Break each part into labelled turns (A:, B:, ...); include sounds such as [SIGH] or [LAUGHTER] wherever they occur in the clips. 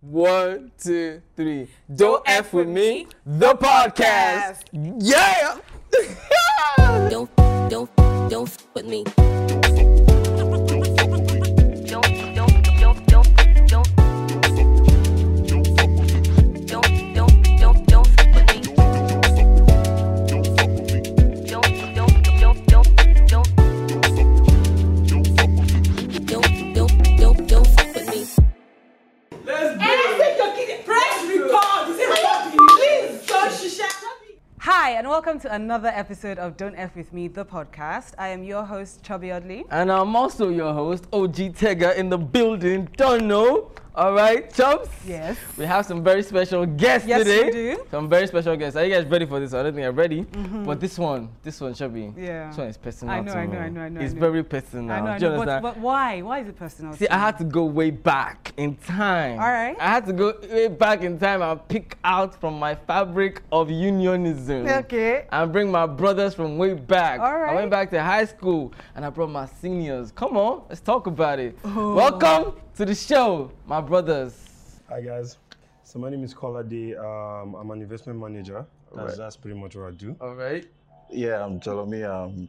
A: One, two, three. Don't F with me, the podcast. Yeah. [LAUGHS]
B: Don't, don't, don't f- with me. Don't, don't, don't, don't, don't. Don't, don't, don't, don't f- with me. Don't, don't, don't, don't, don't. Don't, don't, don't, don't f- with me.
C: Hi, and welcome to another episode of Don't F With Me, the podcast. I am your host, Chubby Oddly.
A: And I'm also your host, OG Tega, in the building. Don't know. All right, chumps.
C: Yes.
A: We have some very special guests
C: Yes, we
A: today.
C: do. Mm-hmm.
A: Some very special guests. Are you guys ready for this? I don't think I'm ready. But this one, this one should be.
C: Yeah.
A: This one is personal.
C: I know,
A: to
C: I
A: me.
C: know, I know, I know, I
A: It's
C: know.
A: very personal.
C: I know, I
A: Do you
C: know, but,
A: understand?
C: but why? Why is it personal?
A: See,
C: to
A: I
C: you?
A: had to go way back in time.
C: All right.
A: I had to go way back in time and pick out from my fabric of unionism.
C: Okay.
A: And bring my brothers from way back.
C: All
A: I went
C: right.
A: back to high school and I brought my seniors. Come on, let's talk about it.
C: Oh.
A: Welcome to the show, my brothers.
D: Hi guys, so my name is Kola Day. Um, I'm an investment manager.
A: Alright.
D: That's, that's pretty much what I do.
E: Oh.
A: All right.
E: Yeah, I'm Jalomi, um,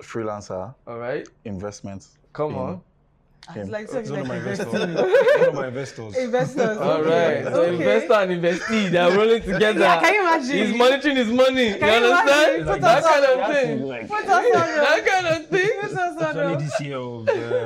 E: freelancer,
A: All right.
E: investment.
A: Come on.
C: It's like
D: He's one
C: something
D: of my
C: like
D: investors.
C: investors.
E: [LAUGHS]
D: one of my
C: [LAUGHS]
D: investors.
C: investors.
A: All right. So
C: Okay.
A: investor and investee, they're rolling together.
C: [LAUGHS] Yeah, can you imagine?
A: He's monitoring his money.
C: Can
A: you
C: you
A: understand?
C: imagine? Put
A: That
C: us
A: kind
E: That
A: of
E: is
A: thing.
E: like-
C: Put us on your-
A: That kind of thing.
C: put us on
D: It's only
C: your-
D: this year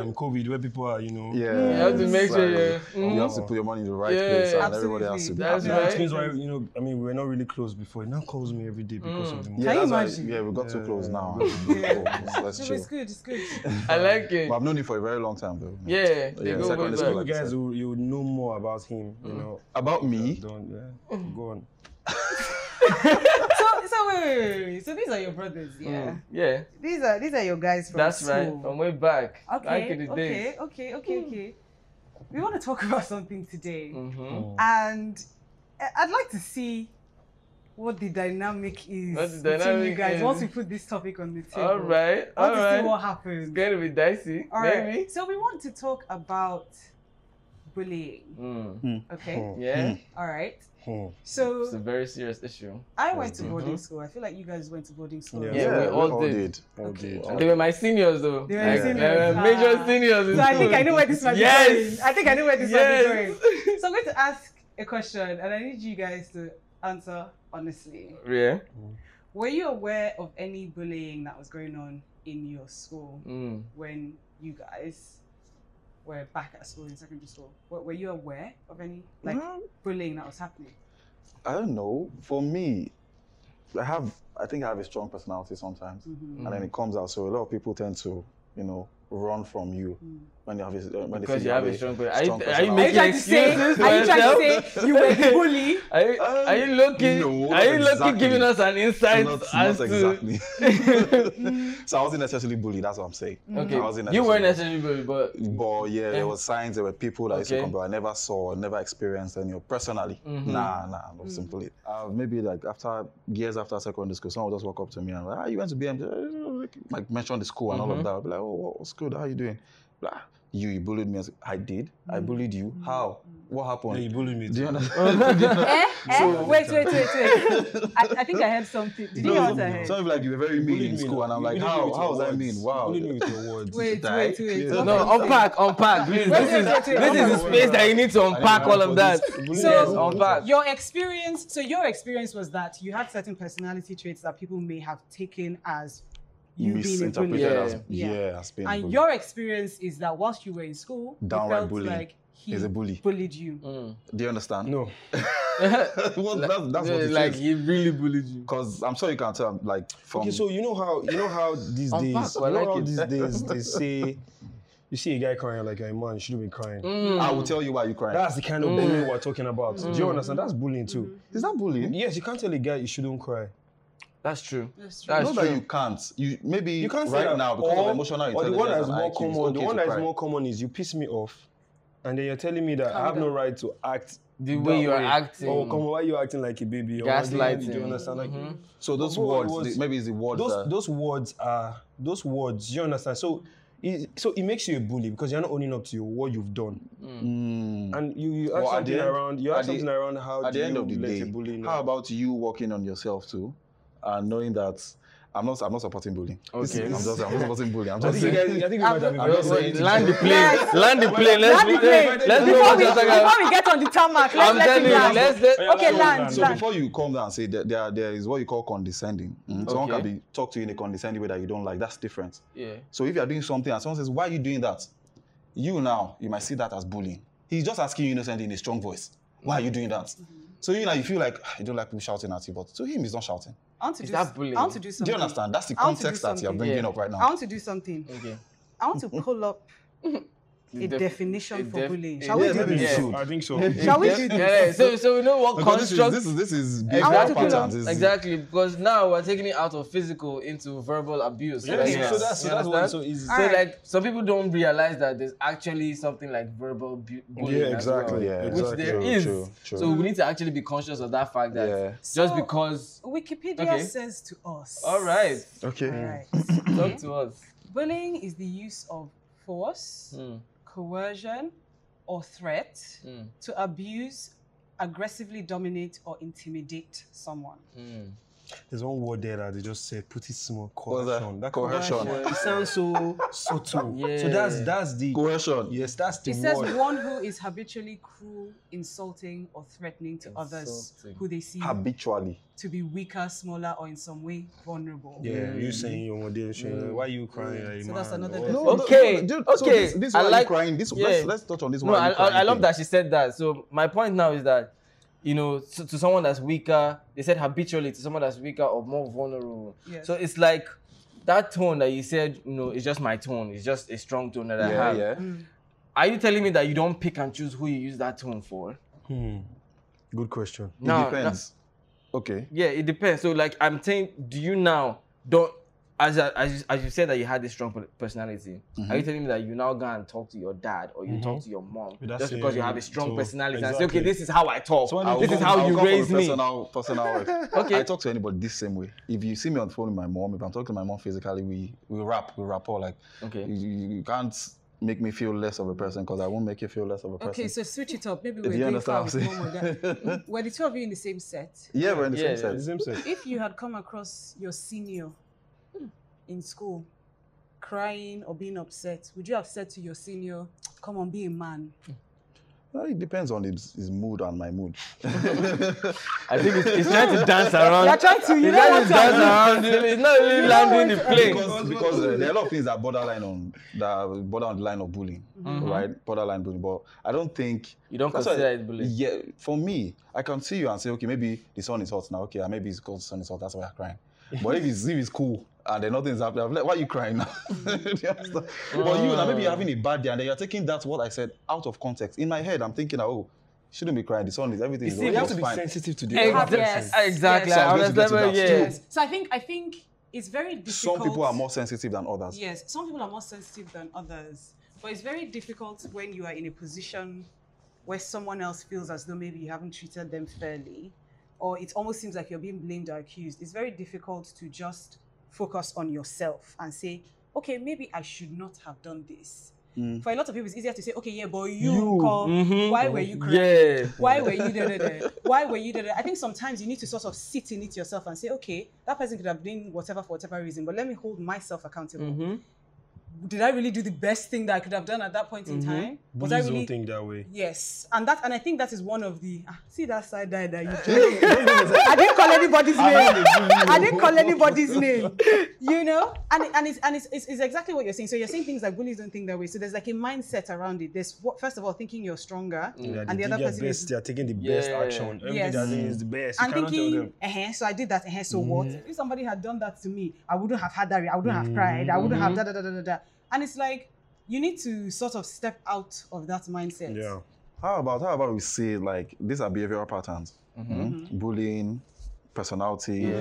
D: of um, COVID where people are, you know.
E: yeah,
A: You have to make sure you-
E: you have to put your money in the right
A: Yeah.
E: place, and everybody has to.
C: Absolutely.
E: be
A: That's
E: happy.
D: Now
A: right.
D: It means why you know. I mean, we're not really close before. He now calls me every day because of the
E: Mm.
C: Can
D: money.
E: Yeah,
C: you
E: that's why-
C: imagine?
E: yeah, we got too close now. [LAUGHS] Oh, Let's
C: No,
E: chill.
C: it's good, it's good.
A: I like it.
E: But I've known him for a very long time, though.
A: Yeah, they go
E: secondary
A: way
E: school,
A: back.
D: You
E: like I
D: guys,
E: said.
D: will, you will know more about him. You know Uh,
E: About me, Mm.
D: Don't yeah. Go on.
C: [LAUGHS] So, so wait, wait, wait, wait. So these are your brothers, yeah.
A: Yeah,
C: These are these are your guys from
A: Hmm. that's
C: school.
A: right. From way back. Back in
C: Okay,
A: the
C: okay,
A: days.
C: okay, okay, okay.
D: Hmm.
C: We want to talk [LAUGHS] about something today.
E: Mm.
A: Mm-hmm.
C: and I- I'd like to see what the dynamic is
A: What the
C: between
A: dynamic
C: you guys
A: is.
C: once we put this topic on the table.
A: All right,
C: I
A: all
C: want to see
A: right.
C: what happens.
A: It's going to be dicey.
C: All right.
A: maybe.
C: So we want to talk about bullying.
A: Mm.
C: Okay.
D: Hmm.
A: Yeah,
C: All right.
D: Hmm.
A: it's a
C: So
A: very serious issue.
C: I went to boarding school. I feel like you guys went to boarding school.
D: Yeah.
A: Mm-hmm. Yeah, we all did.
D: Okay.
E: Oh.
A: They were my seniors though.
C: They were
A: Like,
C: your seniors.
A: they were major
C: Ah.
A: seniors. in
C: So I think
A: school.
C: I know where this might be
A: Yes.
C: going. I think I know where this might be
A: Yes.
C: going. So I'm going to ask a question, and I need you guys to answer honestly.
A: [LAUGHS] Yeah.
C: Were you aware of any bullying that was going on in your school
A: Mm.
C: when you guys were back at school in secondary school? Were, were you aware of any like
A: Hmm.
E: Mm,
C: bullying that was happening?
E: I don't know. For me, I have. I think I have a strong personality sometimes,
C: Mhm.
A: Mm.
E: and then it comes out. So a lot of people tend to, you know, run from you
C: Mm.
E: when you have a, when they
A: Because
E: see
A: you have a strong brain. Are you,
E: strong
A: are you
E: personality.
C: Are you
A: Hmm. making
C: trying to say?
A: excuses for
C: Are you trying to
A: yourself?
C: say you were
A: [LAUGHS]
C: the bully?
A: Are you,
E: Uh,
A: are you looking?
E: no,
A: are you
E: not
A: looking
E: exactly.
A: giving us an insight
E: not,
A: as [LAUGHS]
E: not
A: to?
E: exactly. so I wasn't necessarily bullied. That's what I'm saying. I
A: Mm.
E: wasn't
A: Okay, you weren't necessarily bullied, but
E: But yeah, there were signs. There were people that used to
A: Okay. Mm-hmm.
E: come, but I never saw, never experienced any of personally. Nah, nah, not simply. Uh, maybe like after years after secondary school, someone would just walk up to me and like, ah, you went to BM, like mention the school and
A: Mm-hmm.
E: all of that. I'd be like, oh, what, what school? How you doing? Blah. You, you bullied me. I, said, "I did.
A: Mm.
E: I bullied you. How? What happened?
D: Yeah, you bullied me.
E: [LAUGHS] Do
D: too.
E: you understand? [LAUGHS]
C: eh? Eh? Wait, wait, wait, wait. I, I think I heard something. Did you hear
E: No,
A: [LAUGHS]
C: what I heard?
E: some people like you were very
D: You
E: mean
D: bullied
E: in
D: me
E: school,
D: now.
E: and I'm
D: You
E: like,
D: bullied me
E: how?
D: with
E: How
D: your
E: was I
D: words.
E: mean?
D: You
E: Wow.
D: bullied me with your words.
C: Wait,
E: die.
C: wait, wait.
E: Yeah.
C: What
A: No,
C: was it?
A: unpack, unpack. Please,
C: Wait,
A: this
C: wait,
A: is
C: wait, wait,
A: this is the
C: wait,
A: space
C: wait.
A: that you need to unpack all of that.
C: So-
A: yes, unpack.
C: Your experience, so your experience was that you had certain personality traits that people may have taken as you being a bully.
E: Misinterpreted as
A: Yeah.
E: yeah, as being
C: And
E: bullied.
C: your experience is that whilst you were in school, you
E: Downright
C: felt
E: bullying
C: like he
E: is a bully.
C: bullied you.
A: Mm.
E: Do you understand?
D: No.
E: [LAUGHS]
A: [LAUGHS]
E: well, that's, Hmm. that's what it
A: like he really bullied you.
E: Because I'm sure you can tell. Like from
D: Okay, so you know how you know how these
A: I'm
D: days
A: back, I
D: you know
A: like
D: how
A: it.
D: these days
A: [LAUGHS]
D: they say you see a guy crying like a man you shouldn't be crying.
A: Mm.
E: I will tell you why you cry.
D: That's the kind of bullying we're talking about. Do
A: Mm.
D: you understand? That's bullying too.
E: is that
A: Mm-hmm.
E: bullying?
D: Yes, you can't tell a guy you shouldn't cry.
A: That's true.
C: That's true.
A: That's
E: Not
A: true.
E: that you can't. You maybe
D: You can't say
E: right
D: that.
E: now because
D: or,
E: of emotional
D: or the
E: intelligence
D: one that's
E: and
D: more
E: IQ, it's
D: common. the
E: okay
D: one
E: to
D: that's
E: cry.
D: more common is you piss me off, and then you're telling me that I have no right to act
A: The
D: that
A: way you are acting.
D: Oh, come on, why are you acting like a baby? Or why do you- Do
A: Gaslighting. Mm-hmm.
D: you understand? Like,
E: So those
D: But what
E: words,
D: was-
E: the- maybe it's the words.
D: those
E: that-
D: those words are those words. You understand? So It, so it makes you a bully because you're not owning up to your, what you've done, and you you ask
E: Well, at the
D: something
E: end-
D: around you ask
E: at the-
D: something around how
E: mm, at
D: do
E: the end
D: you
E: of the
D: let
E: day,
D: a bully know?
E: how about you working on yourself too, and knowing that I'm not I'm not supporting bullying.
A: Okay.
E: I'm just I'm not supporting
D: [LAUGHS]
E: bullying. I'm
D: I
E: just
D: think you
E: saying.
D: guys, I think you might have been
E: I'm just
D: very
E: saying.
D: sensitive.
A: Land the plane. Land the plane. Let's
D: Land the
A: be
D: plane.
A: Let's be
D: Before
C: Before
A: what
C: we,
A: you're talking about.
C: before we get on the tarmac, let's
A: I'm
C: let
A: telling
C: it
A: you.
C: land.
A: Let's let.
D: Yeah,
C: Okay,
D: so-
C: land,
E: So
C: land.
E: before you come down and say that there, there is what you call condescending. Mm, Someone
A: Okay.
E: can be talk to you in a condescending way that you don't like. That's different.
A: Yeah.
E: So if you are doing something and someone says, "Why are you doing that?" You now you might see that as bullying. He's just asking you innocently in a strong voice. Why are you doing that?
C: Mm-hmm.
E: So you know you feel like "Ah, you don't like people shouting at you, but to him he's not shouting.
C: I want to
A: Is
C: do
A: that
C: s-
A: bullying?
C: I want to do something.
E: Do you understand? That's the
C: I want to do
E: context that you're
C: something.
E: bringing
A: Yeah.
E: up right now.
C: I want to do something.
A: Okay.
C: I want to pull up
A: [LAUGHS]
C: a
A: def-
C: definition
A: a
C: for
A: def-
C: bullying.
A: a
C: Shall we
A: def-
C: do
A: maybe
C: this?
A: we Yeah.
D: I think so.
C: Shall we
A: Yeah,
C: do
A: yeah, yeah.
C: this?
A: So, so we know what
E: Because this is-
A: construct.
E: This is this is
A: Exactly.
E: behavioral patterns. This is-
A: Exactly, because now we're taking it out of physical into verbal abuse.
D: Yeah,
A: right?
D: so- so that's- so
A: You
D: that's why
A: understand?
D: it's so easy.
A: So
C: Alright.
A: like some people don't realize that there's actually something like verbal bu- bullying. as
D: exactly,
A: well,
D: yeah,
A: which
D: exactly.
A: there
E: True,
A: is.
E: true, true.
A: So we need to actually be conscious of that fact that
E: Yeah.
A: just
C: So-
A: because.
C: Wikipedia
A: Okay.
C: says to us.
A: All right,
E: Okay.
C: All right.
A: talk to us.
C: Bullying is the use of force,
A: Mm,
C: coercion, or threat
A: mm,
C: to abuse, aggressively dominate, or intimidate someone.
A: mm.
D: There's one word there that they just said, put it small,
E: What's that?
D: coercion. That
E: Coercion.
D: It sounds so subtle. So
A: Yeah.
D: that's that's the
E: Coercion.
D: yes, that's the
C: It says
D: word.
C: one who is habitually cruel, insulting, or threatening to others
A: Insulting.
C: who they see
E: Habitually.
C: to be weaker, smaller, or in some way vulnerable.
D: Yeah, you saying your one day, why you crying? like,
C: So that's
D: man,
C: another
D: or-
C: definition.
A: no, Okay,
E: dude, So
A: okay,
E: this, this
A: I
E: why you
A: like-
E: crying. This
A: yeah.
E: let's, let's touch on this
A: No,
E: why
A: I,
E: you
A: I,
E: crying
A: I love
E: thing.
A: that she said that. So my point now is that, you know, to, to someone that's weaker, they said habitually to someone that's weaker or more vulnerable.
C: Yes.
A: So it's like that tone that you said, you know, it's just my tone. It's just a strong tone that I
E: Yeah,
A: have.
E: yeah.
A: Are you telling me that you don't pick and choose who you use that tone for?
D: Hmm. Good question.
A: Now-
E: it depends. okay.
A: Yeah, it depends. So like I'm saying, do you now don't as a- as you, as you said that you had this strong per- personality? Are you telling me that you now go and talk to your dad or you talk to your mom
D: Without
A: just because you
D: saying
A: have a strong
D: to-
A: personality and say,
D: exactly.
A: okay, this is how I talk.
D: So when
E: I'll
A: this is
E: come-
A: how
E: I'll
A: you
E: come from a
A: raised me.
E: Personal, personal.
A: [LAUGHS] Okay.
E: I talk to anybody this same way. If you see me on the phone with my mom, if I'm talking to my mom physically, we we rap, we rap all like.
A: Okay.
E: You, you, you can't make me feel less of a person because I won't make you feel less of a person.
C: Okay, so switch it up. Maybe
E: Do
C: we're
E: you
C: going far
E: understand
C: with
E: what I'm
C: mom or dad.
E: saying?
C: Hmm?
E: [LAUGHS]
C: Were the two of you in the same set?
E: yeah, we're in the
A: Yeah,
E: same
A: yeah.
E: sense.
D: Same sense.
C: If you had come across your senior hmm, in school crying or being upset, would you have said to your senior, "Come on, be a man"?
E: Well, it depends on his, his mood and my mood.
A: I think it's, it's trying to dance around.
C: You're trying to. You
A: It's
C: know
A: trying
C: what
A: to dance around. [LAUGHS] It's not really landing the plane.
E: because because uh, there are a lot of things that borderline on that borderline of bullying, right? Borderline bullying, but I don't think
A: Mm-hmm. You don't
E: That's why-
A: consider it bullying.
E: Yeah, for me, I can see you and say, okay, maybe the sun is hot now. Okay, and maybe it's because the sun is hot. That's why you're crying. But if it's if it's cool and then nothing's happening, I'm like, why are you crying now? [LAUGHS] Do you understand? But you now maybe you're having a bad day and then you're taking that what I said out of context. In my head, I'm thinking, oh, shouldn't be crying. The sun is everything.
A: You
E: is
A: see,
E: okay,
D: You have
E: it's
D: to be
E: fine.
D: sensitive to the
A: Exa- [LAUGHS]
D: other
C: Yes.
D: person.
A: Exactly.
E: So
A: I
E: I was going
A: understand.
E: to
A: where-
E: get to that
A: Yeah.
E: too.
C: So I think I think it's very difficult.
E: Some people are more sensitive than others.
C: Yes, some people are more sensitive than others, but it's very difficult when you are in a position where someone else feels as though maybe you haven't treated them fairly, or it almost seems like you're being blamed or accused. It's very difficult to just focus on yourself and say, okay, maybe I should not have done this. For a lot of people, it's easier to say, okay, yeah, but you,
D: You,
C: Cole,
A: mhm.
C: why were you crying?
A: Yeah.
C: Why were you da, da, da? Why were you da, da? I think sometimes you need to sort of sit in it yourself and say, okay, that person could have done whatever for whatever reason, but let me hold myself accountable.
A: Mm-hmm.
C: Did I really do the best thing that I could have done at that point
D: Mm-hmm.
C: in time? Was I
D: Bullies don't
C: really?
D: think that way.
C: Yes, and that and I think that is one of the ah, see that side eye
D: [LAUGHS]
C: that you. I didn't call anybody's name. I didn't call anybody's name. You know, and it- and it's and it's, it's, it's exactly what you're saying. So you're saying things like bullies don't think that way. So there's like a mindset around it. There's what first of all thinking you're stronger,
D: Yeah,
C: and the
D: they did
C: other
D: their
C: person
D: best.
C: is
D: They are taking the best
A: Yeah.
D: action. Everything
C: Yes.
D: they're doing is the best.
C: I'm
D: you cannot tell
C: thinking,
D: them. Mm.
C: uh so I did that, uh so what? If somebody had done that to me, I wouldn't have had that, re- I wouldn't have cried, I wouldn't have
D: Mm-hmm.
C: da da da da da. da. And it's like, you need to sort of step out of that mindset.
D: Yeah.
E: How about how about we say like these are behavioral patterns,
A: Mm-hmm.
E: Mhm.
C: Mm-hmm.
E: bullying, personality,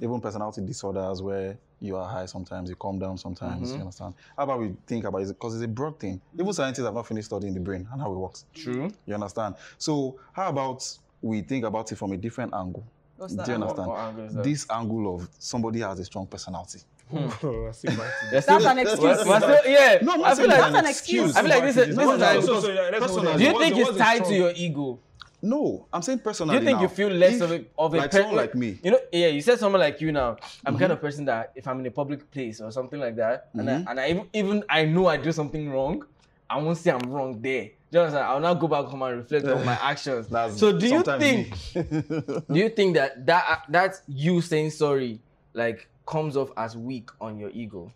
E: even personality disorders where you are high sometimes, you calm down sometimes.
A: Mm-hmm.
E: You understand? How about we think about it because it's a broad thing. Even scientists have not finished studying the brain and how it works.
A: True.
E: You understand? So how about we think about it from a different angle?
C: What's
E: Do
C: that
E: you
C: angle?
E: understand?
A: What angle is that?
E: This angle of somebody has a strong personality.
D: Oh, I see my
A: We're
C: That's
A: still-
C: an excuse.
A: we're still- yeah.
E: No, I'm
A: I feel
E: saying
A: like
C: that's an excuse.
A: I feel like this is
D: It's
A: this is
D: not an
A: like.
D: excuse. So, yeah, let's hold on.
E: personally-
A: Do you
D: What's
A: think
D: the-
A: it's
D: what's the
A: tied to
D: strong-
A: your ego?
E: No, I'm saying
A: Do
E: personally.
A: you think
E: now,
A: you feel less
E: if-
A: of a of a
E: like
A: person
E: someone like me?
A: You know, yeah. You said someone like you now. I'm kind of person that if I'm in a public place or something like that, and I, and I even, even I know I do something wrong, I won't say I'm wrong there. Do you understand? I'll now go back home and reflect on my actions.
E: That's
A: so do you
E: sometimes
A: think?
E: me.
A: Do you think that that that you saying sorry like comes off as weak on your ego?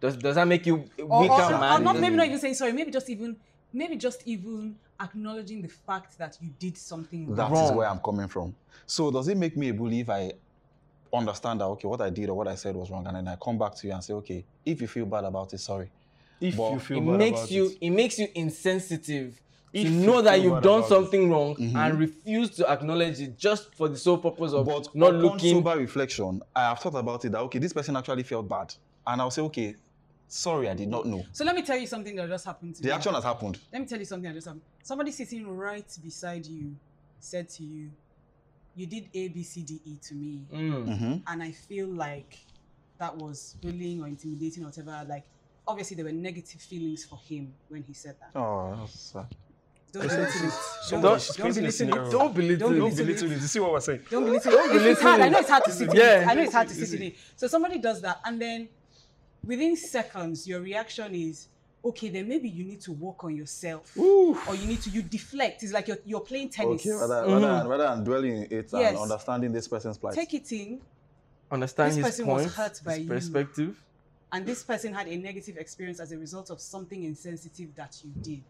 A: Does does that make you weaker
C: or, or, or
A: man?
C: not, maybe not even saying sorry. Maybe just even maybe just even acknowledging the fact that you did something
E: [LAUGHS] That
C: wrong.
E: is
A: Wrong.
E: where I'm coming from. So does it make me a bully if I understand that okay, what I did or what I said was wrong, and then I come back to you and say, okay, if you feel bad about it, sorry.
D: If
E: But
D: you feel
A: it
D: bad
A: makes
D: about
A: you
D: it.
A: it. makes you insensitive
D: If
A: to
D: you
A: know that
D: feel
A: you've
D: bad
A: done
D: about
A: something wrong
C: Mm-hmm.
A: and refuse to acknowledge it just for the sole purpose of
E: But
A: not
E: upon
A: looking
E: sober reflection, I have thought about it that okay, this person actually felt bad, and I'll say, okay, sorry, I did not know.
C: So let me tell you something that just happened to
E: The
C: me.
E: action has happened.
C: Let me tell you something that just happened. Somebody sitting right beside you said to you, "You did A B C D E to me."
A: Mm.
C: and I feel like that was bullying or intimidating or whatever. Like, obviously, there were negative feelings for him when he said that.
E: Oh, that's
A: uh,
E: sad.
C: Don't belittle it. Don't,
A: Don't-
C: don't,
D: Facing a
C: belittle it.
D: scenario.
A: Don't believe
C: Don't
A: it.
D: Don't belittle it. You see what we're saying?
C: Don't belittle it. It's- It's hard. I know it's hard to sit in it.
A: Yeah.
C: I know it's hard to sit in it. So somebody does that, and then within seconds, your reaction is, okay, then maybe you need to work on yourself, or you need to you deflect. It's like you're, you're playing tennis.
E: Okay, rather,
A: Mm-hmm.
E: rather, than, rather than dwelling in it
C: Yes.
E: and understanding this person's plight.
C: Take it in,
A: Understand
C: This
A: his
C: person was
A: point,
C: hurt by
A: his
C: you.
A: perspective.
C: and this person had a negative experience as a result of something insensitive that you did.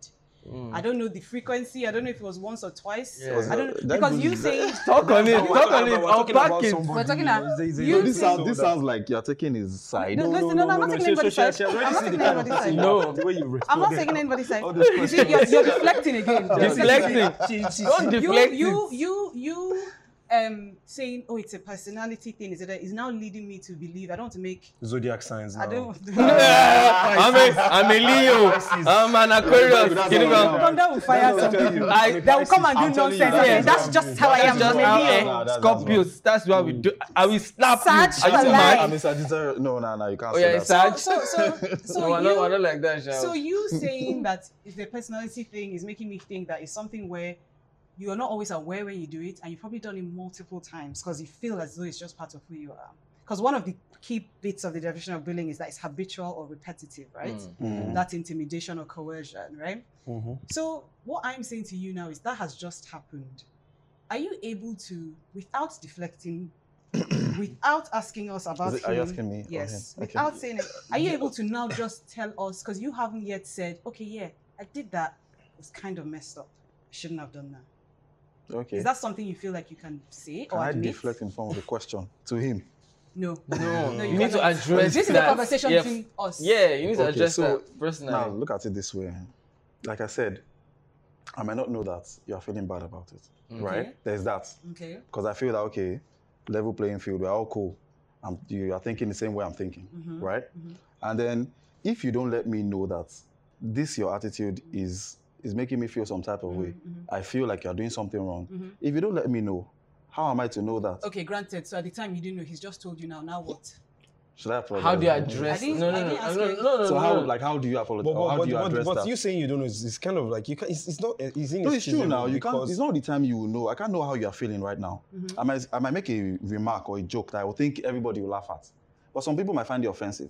C: I don't know the frequency. I don't know if it was once or twice.
A: Yeah.
C: I don't
E: That
C: because you
E: bully-
C: say
A: Talk on it.
D: We're
A: Talk on
D: talking
A: it.
D: about- we're talking about
A: Unpack it.
D: somebody,
C: We're talking
D: you know,
C: about-
D: it's- it's-
C: you
D: it's-
E: This,
C: see-
E: sound, this sounds like you're taking his side.
C: No, listen, no, no, I'm not taking anybody's
D: she- she-
C: side.
D: she- she already
C: I'm not
D: see the
C: taking
D: kind of
C: anybody's
D: thing
A: side.
D: now,
A: No.
D: the way you
C: I'm not
D: responded.
C: taking anybody's side.
E: All these
C: You see, you're, you're deflecting again.
A: Deflecting. [LAUGHS] Don't
C: You,
A: deflect
C: you,
A: it.
C: you, you, um, saying, oh, it's a personality thing. Is it? Is now leading me to believe I don't want to make.
D: Zodiac signs.
C: I
D: now.
C: don't.
A: [LAUGHS] I'm a, I'm a Leo.
D: Pisces.
A: I'm an
E: That's
A: Aquarius.
E: what
A: You
E: I'm
A: know,
E: saying.
C: Thunder will fire
E: That's what I'm
C: some
E: telling
C: people.
E: you.
A: I-
C: They will come and
D: I'm
C: do
D: telling
C: nonsense.
D: you, that's
C: Yeah,
A: what
C: That's
D: I'm
C: just
D: doing.
C: how I
A: that's
C: am.
A: just
C: I'm a
A: how
C: Leo.
E: Nah,
A: eh,
E: that's-
A: Scorpios. That's what we do. I will slap you.
C: Sarge
A: Are you
C: for
A: mad?
C: life.
E: I'm a Sagittarius. No, no, no, you can't
A: Oh
E: say
A: yeah,
E: that.
A: Sarge.
C: So, so, so
A: no, I
C: you,
A: don't, I don't like that. Sha.
C: So you saying that if the personality thing is making me think that it's something where you are not always aware when you do it, and you've probably done it multiple times because you feel as though it's just part of who you are. Because one of the key bits of the definition of bullying is that it's habitual or repetitive, right? That's intimidation or coercion, right?
D: Mhm.
C: So what I'm saying to you now is that has just happened. Are you able to, without
E: [COUGHS]
C: deflecting, without asking us about
E: it- are you
C: him,
E: asking me?
C: Yes.
E: Okay, okay.
C: Without saying it, are you able to now just tell us because you haven't yet said, okay, yeah, I did that. It was kind of messed up. I shouldn't have done that.
E: Okay.
C: Is that something you feel like you can say
E: Can
C: or
E: I
C: admit?
E: deflect in form of a question to him?
C: No.
A: No,
C: No,
A: you,
C: you
A: need to
C: cannot.
A: address
C: This is
A: that.
C: a conversation
A: yeah.
C: between us.
A: Yeah, you need to
E: Okay,
A: address
E: so
A: that personally.
E: Now, look at it this way. Like I said, I might not know that you are feeling bad about it, right? There's that.
C: Okay.
E: Because I feel that, okay, level playing field, we're all cool. I'm, you are thinking the same way I'm thinking, right? And then if you don't let me know that this, your attitude is is making me feel some type of way, I feel like you're doing something wrong. If you don't let me know, how am I to know that?
C: Okay, granted. So at the time you didn't know, he's just told you now. Now what?
E: Should I apologize?
A: How do you address? Mm-hmm.
C: I didn't-
A: No,
C: I
A: no, no,
C: didn't
A: no,
C: ask
A: no,
C: you.
A: no, no.
E: So how,
A: no.
E: like, how do you apologize?
D: But,
E: Or
D: but,
E: how
D: but,
E: do you
D: but,
E: address
D: but
E: that?
D: you saying you don't know is it's kind of like you can't. It's, it's not. It's
E: No, it's true
D: inexcusable
E: now. You can't.
D: because-
E: It's not all the time you will know. I can't know how you are feeling right now.
A: Mm-hmm.
E: I might, I might make a remark or a joke that I will think everybody will laugh at, but some people might find it offensive.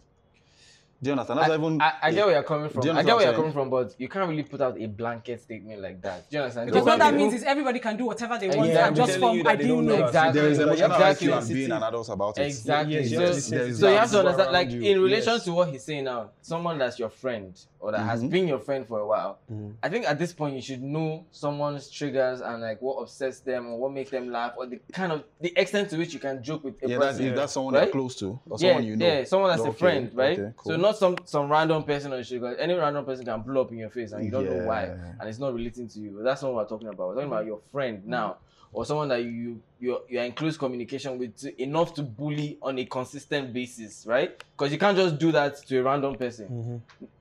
E: Do you understand? That's
A: I,
E: why even.
A: I, I get where you're coming from.
E: Do you
A: I get
E: understand
A: where you're
E: what
A: coming
E: I'm
A: from, but you can't really put out a blanket statement like that. Do you understand?
C: Because
A: Just
C: what that
A: people-
C: means is everybody can do whatever they want
A: Yeah, I'm
C: and just
D: telling you
C: form.
D: that
C: I
D: they
C: didn't
D: don't
C: know.
D: know.
A: exactly.
E: there is emotional
A: exactly.
E: IQ and being an adult about it.
A: Exactly.
D: Yes, you
A: so,
D: have
A: so
D: to sit
A: you
D: down
A: have to
D: with
A: understand,
D: people
A: like
D: around
A: in
D: you.
A: relation
D: Yes.
A: to what he's saying now, someone that's your friend or that
D: Mm-hmm.
A: has been your friend for a while.
D: Mm.
A: I think at this point you should know someone's triggers and like what upsets them or what makes them laugh or the kind of the extent to which you can joke with a
E: Yeah, that's,
A: person.
E: if that's someone
A: Right?
E: you're close to or someone you know.
A: Yeah, someone that's a
E: Okay,
A: friend, right?
E: okay, cool.
A: So not some some random person on sugar. Any random person can blow up in your face and you don't know why,
E: Yeah.
A: and it's not relating to you. That's not what we're talking about. We're talking about your
E: Mm.
A: friend now, or someone that you you're, you're in close communication with to, enough to bully on a consistent basis, right? Because you can't just do that to a random person.
E: Mm.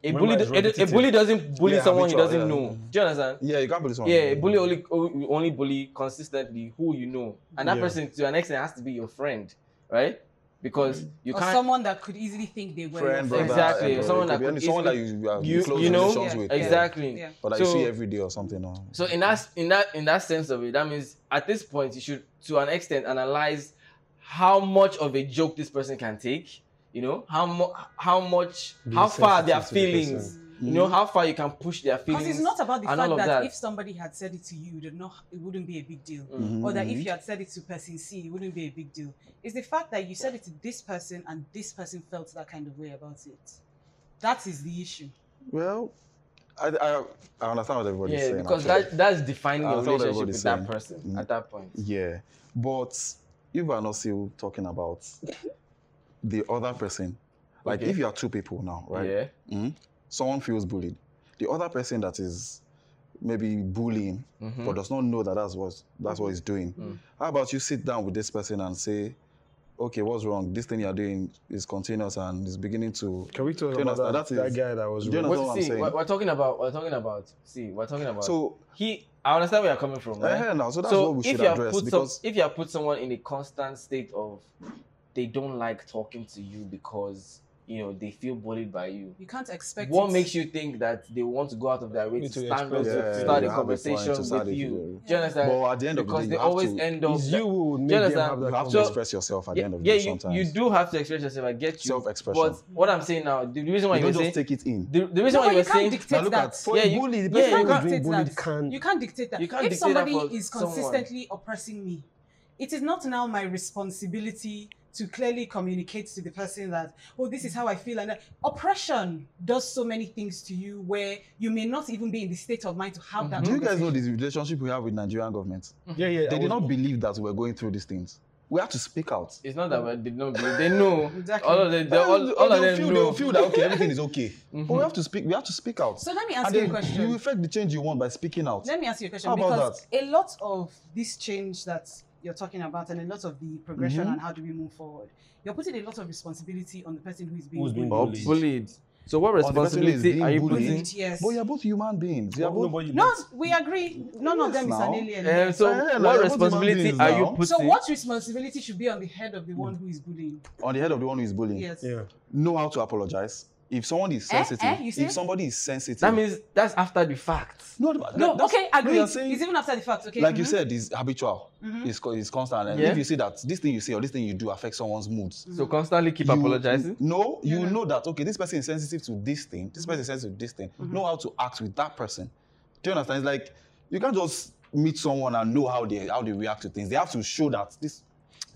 A: A
D: Remember,
A: bully,
D: it's
A: a, a
D: repetitive.
A: bully doesn't bully
E: Yeah,
A: someone he
E: habitual,
A: doesn't
E: yeah.
A: know. Do you understand?
E: Yeah, you can't believe someone.
A: Yeah, bully only o- only bully consistently who you know, and that person to an extent has to be your friend, right? because
E: Mm.
A: you
C: or
A: can't
C: someone that could easily think they were
E: friend,
C: your
E: brother,
C: friend.
A: Exactly,
E: and-
A: someone
E: it
A: that
E: could be
A: could
E: any- someone that
A: easily-
E: you, you have
A: you-
E: close
A: you know,
E: relations with,
C: Yeah.
A: exactly.
C: Yeah.
E: or that you
A: So-
E: see every day or something. Or,
A: So in that in that in that sense of it, that means at this point you should to an extent analyze how much of a joke this person can take. You know how mu- how much
D: Be
A: how far their
D: sensitive to the
A: feelings.
E: Mm-hmm.
A: you know how far you can push their feelings.
C: Because it's not about the
A: and all
C: fact
A: of
C: that,
A: that.
C: if somebody had said it to you, it, would not, it wouldn't be a big deal.
A: Mhm.
C: Or that
E: Mm-hmm.
C: if you had said it to person C, it wouldn't be a big deal. It's the fact that you said it to this person and this person felt that kind of way about it. That is the issue.
E: well, I, I I understand what everybody's
A: yeah,
E: saying.
A: because that
E: actually.
A: that's defining
E: I
A: your
E: thought everybody
A: relationship with that
E: saying-
A: person
E: Mm.
A: at that point.
E: Yeah, but if we are not still talking about the other person, like
A: Okay.
E: if you are two people now, right?
A: Yeah.
E: Mhm. Someone feels bullied. The other person that is maybe bullying,
A: Mhm.
E: but does not know that that's what that's
A: Mm-hmm.
E: what he's doing.
A: Mm.
E: How about you sit down with this person and say, "Okay, what's wrong? This thing you're doing is continuous and is beginning to."
D: Can we talk
E: Do you
D: about that,
E: understand?
D: that,
E: That is-
D: guy that was
E: Do you
D: raped?
A: Wait,
E: That's understand? what I'm
A: see,
E: saying.
A: we're, we're talking about we're talking about see we're talking about
E: So
A: he I understand where you're coming from, right?
E: Eh, now, so that's what we
A: if
E: should
A: you have
E: address
A: put
E: because-
A: some, if you have put someone in a constant state of they don't like talking to you because you know they feel bullied by you.
C: You can't expect
A: What
C: it.
A: makes you think that they want to go out of their way
D: Need
A: to
D: to
A: stand up
D: express
E: it.
A: to
E: Yeah,
A: start
E: you
A: a
E: have a point
A: conversation
E: to
A: with
E: start it,
A: you?
E: yeah.
A: Do you understand?
E: But at the end of the
A: because
E: day,
A: they
E: you have
A: always
E: to-
A: end up.
D: It's you who would
A: Do
D: make
A: you
D: them
A: understand?
D: have
E: you
D: that
E: have to
A: So-
E: express yourself at the
A: Yeah,
E: end of the
A: yeah
E: day.
A: you,
E: sometimes
A: you do have to express yourself. I get you.
E: Self-expression.
A: But what I'm saying now, the reason why
E: You
A: you're
E: don't just
A: saying
E: take it in.
A: the, the reason
C: No,
A: why
C: you
A: you're
C: can't
A: saying
C: dictate
E: look
C: that.
E: at-
D: For
A: Yeah,
D: a
A: you-
D: bully,
A: yeah,
D: the
A: you
D: person that was
A: can't
D: being
C: dictate
D: bullied
C: that.
D: can
C: You can't dictate that.
A: You can't
C: if
A: dictate that
C: somebody
A: for
C: is
A: someone.
C: consistently oppressing me, it is not now my responsibility to clearly communicate to the person that, oh, this is how I feel. And that. oppression does so many things to you where you may not even be in the state of mind to have that.
E: Do Mm-hmm. you guys know
C: conversation.
E: the relationship we have with Nigerian government?
D: Yeah, yeah. I
E: They did
D: was-
E: not believe that we were going through these things. We have to speak out.
A: it's not that we did not believe. They know.
C: [LAUGHS] Exactly.
A: All of them. they- All,
E: They'll-
A: all of
E: they'll
A: them
E: feel,
A: know. Mm-hmm.
E: They'll feel that okay, everything
A: [LAUGHS]
E: is okay. But we have to speak. We have to speak out.
C: So let me ask
E: And
C: you a
E: then
C: question.
E: You affect the change you want by speaking out.
C: Let me ask you a question
E: How about
C: because a lot of this change that you're talking about and a lot of the progression and how do we move forward, you're putting a lot of responsibility on the person who is being
F: Who's being bullied.
C: bullied.
A: bullied. So what
E: Or the person who is
A: responsibility
E: being
A: are you
E: bullied.
A: putting?
C: Yes.
E: But you're both human beings. You're
F: No,
E: both.
F: but you-
C: No,
F: but-
C: we agree. None of
E: Yes,
C: them Eh, is
E: now.
C: an alien.
A: Um, so
E: Yeah, like,
A: what
E: what
A: responsibility
E: human
A: are you
E: beings
A: putting?
C: so what responsibility should be on the head of the one who is bullying?
E: on the head of the one who is bullying.
C: Yes.
D: Yeah.
E: Know how to apologize. If someone is
C: Eh, eh,
E: sensitive,
C: you see?
E: if somebody is sensitive,
A: That means that's after the fact.
E: no, th-
C: No,
E: that's-
C: okay,
E: no,
C: agree.
E: you're saying-
C: it's even after the fact, okay? Mm-hmm.
E: like you
C: mhm.
E: said, it's habitual. It's, co- it's constant. And
A: Yeah.
E: if you see that this thing you say or this thing you do affects someone's moods,
A: So constantly keep
E: you-
A: apologizing.
E: No, you know that okay, this person is sensitive to this thing. This person is sensitive to this thing. Know how to act with that person. Do you understand? It's like you can't just meet someone and know how they how they react to things. They have to show that this.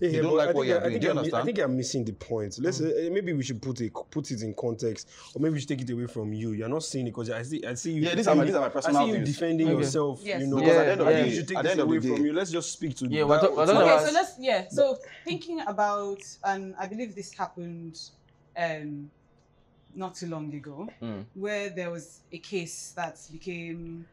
D: Yeah,
E: You
D: yeah,
E: don't
D: but
E: like
D: I
E: what
D: think
E: you're
D: I- I
E: doing,
D: think
E: do you
D: I'm- I
E: understand?
D: think I'm missing the point. Let's uh, maybe we should put it put it in context, or maybe we should take it away from you. You're not seeing it because I see I see you.
E: Yeah, these are my-
D: defending-
E: these are my
D: I
E: personal
D: see you
E: views.
D: defending
A: Okay.
D: yourself.
C: Yes.
D: You know,
A: Because
D: because
A: at the
D: at the
A: end of
D: I
A: the
D: think
A: day-
D: you should take
E: at the
D: this
E: end of
D: away
E: the day-
D: from you. Let's just speak to.
A: Yeah,
D: that-
A: we're talk- we're talking
D: to-
A: about-
C: Okay, so let's yeah. So thinking about, and I believe this happened um, not too long ago,
A: Mm.
C: where there was a case that became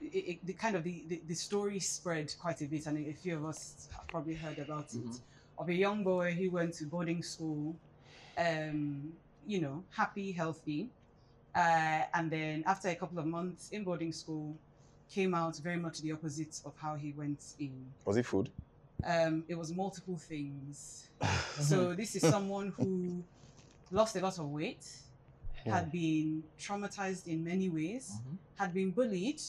C: it, it, the kind of the, the, the story spread quite a bit, and a few of us have probably heard about it of a young boy who went to boarding school, um, you know, happy, healthy, uh, and then after a couple of months in boarding school, came out very much the opposite of how he went in
E: Was it food?
C: um, it was multiple
A: [SIGHS]
C: things. so this is someone who lost a lot of weight, had been traumatized in many ways,
A: Mm-hmm.
C: had been bullied.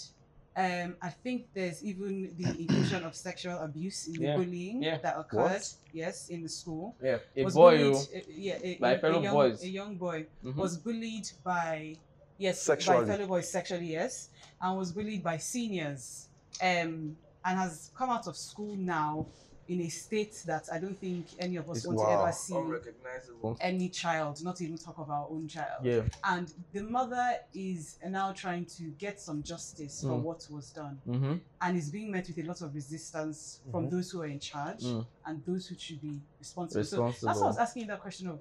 C: Um, I think there's even the
A: [COUGHS]
C: inclusion of sexual abuse in the
A: Yeah.
C: bullying
A: Yeah.
C: that occurred. Yes, in the school.
A: Yeah, a
C: was
A: boy.
C: bullied,
A: oh.
C: uh, yeah, a,
A: by
C: a- a
A: fellow
C: young,
A: boys.
C: A young boy
A: Mhm.
C: was bullied by yes,
E: Mm-hmm. Sexually.
C: by fellow boys sexually, yes, and was bullied by seniors, um, and has come out of school now in a state that I don't think any of us
E: It's-
C: want to
E: wow.
C: ever see.
A: Unrecognizable.
C: Any child, not even talk of our own child.
A: Yeah.
C: And the mother is now trying to get some justice for
A: Mm.
C: what was done
A: Mm-hmm.
C: and is being met with a lot of resistance from
E: Mm-hmm.
C: those who are in charge
A: Mm.
C: and those who should be responsible. So that's why I
A: Responsible.
C: was asking you that question of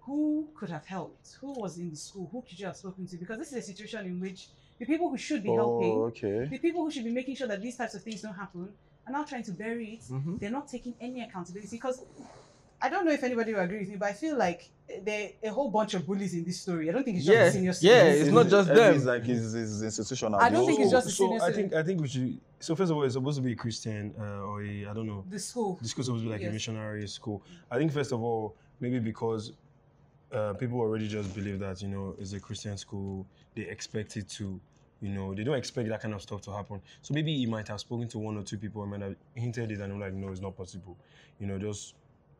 C: who could have helped, who was in the school, who could you have spoken to? Because this is a situation in which the people who should be
A: Oh,
C: helping,
E: okay.
C: the people who should be making sure that these types of things don't happen, are now trying to bury it.
A: Mhm.
C: They're not taking any accountability because I don't know if anybody will agree with me, but I feel like there are a whole bunch of bullies in this story. I don't think it's just
A: Yeah,
C: the senior
A: yeah,
C: students.
A: It's not just
E: and
A: them.
E: It's like it's, it's institutional.
C: I don't think it's
E: So-
C: just the
D: Oh, so
C: senior
D: I
C: citizen.
D: think I think we should. So first of all, it's supposed to be a Christian uh, or a I don't know.
C: the school.
D: The school's supposed to be like
C: Yes.
D: a missionary school. I think first of all, maybe because uh, people already just believe that you know it's a Christian school. They expect it to, you know, they don't expect that kind of stuff to happen. So maybe he might have spoken to one or two people and might have hinted it, and I'm like, no, it's not possible. You know, just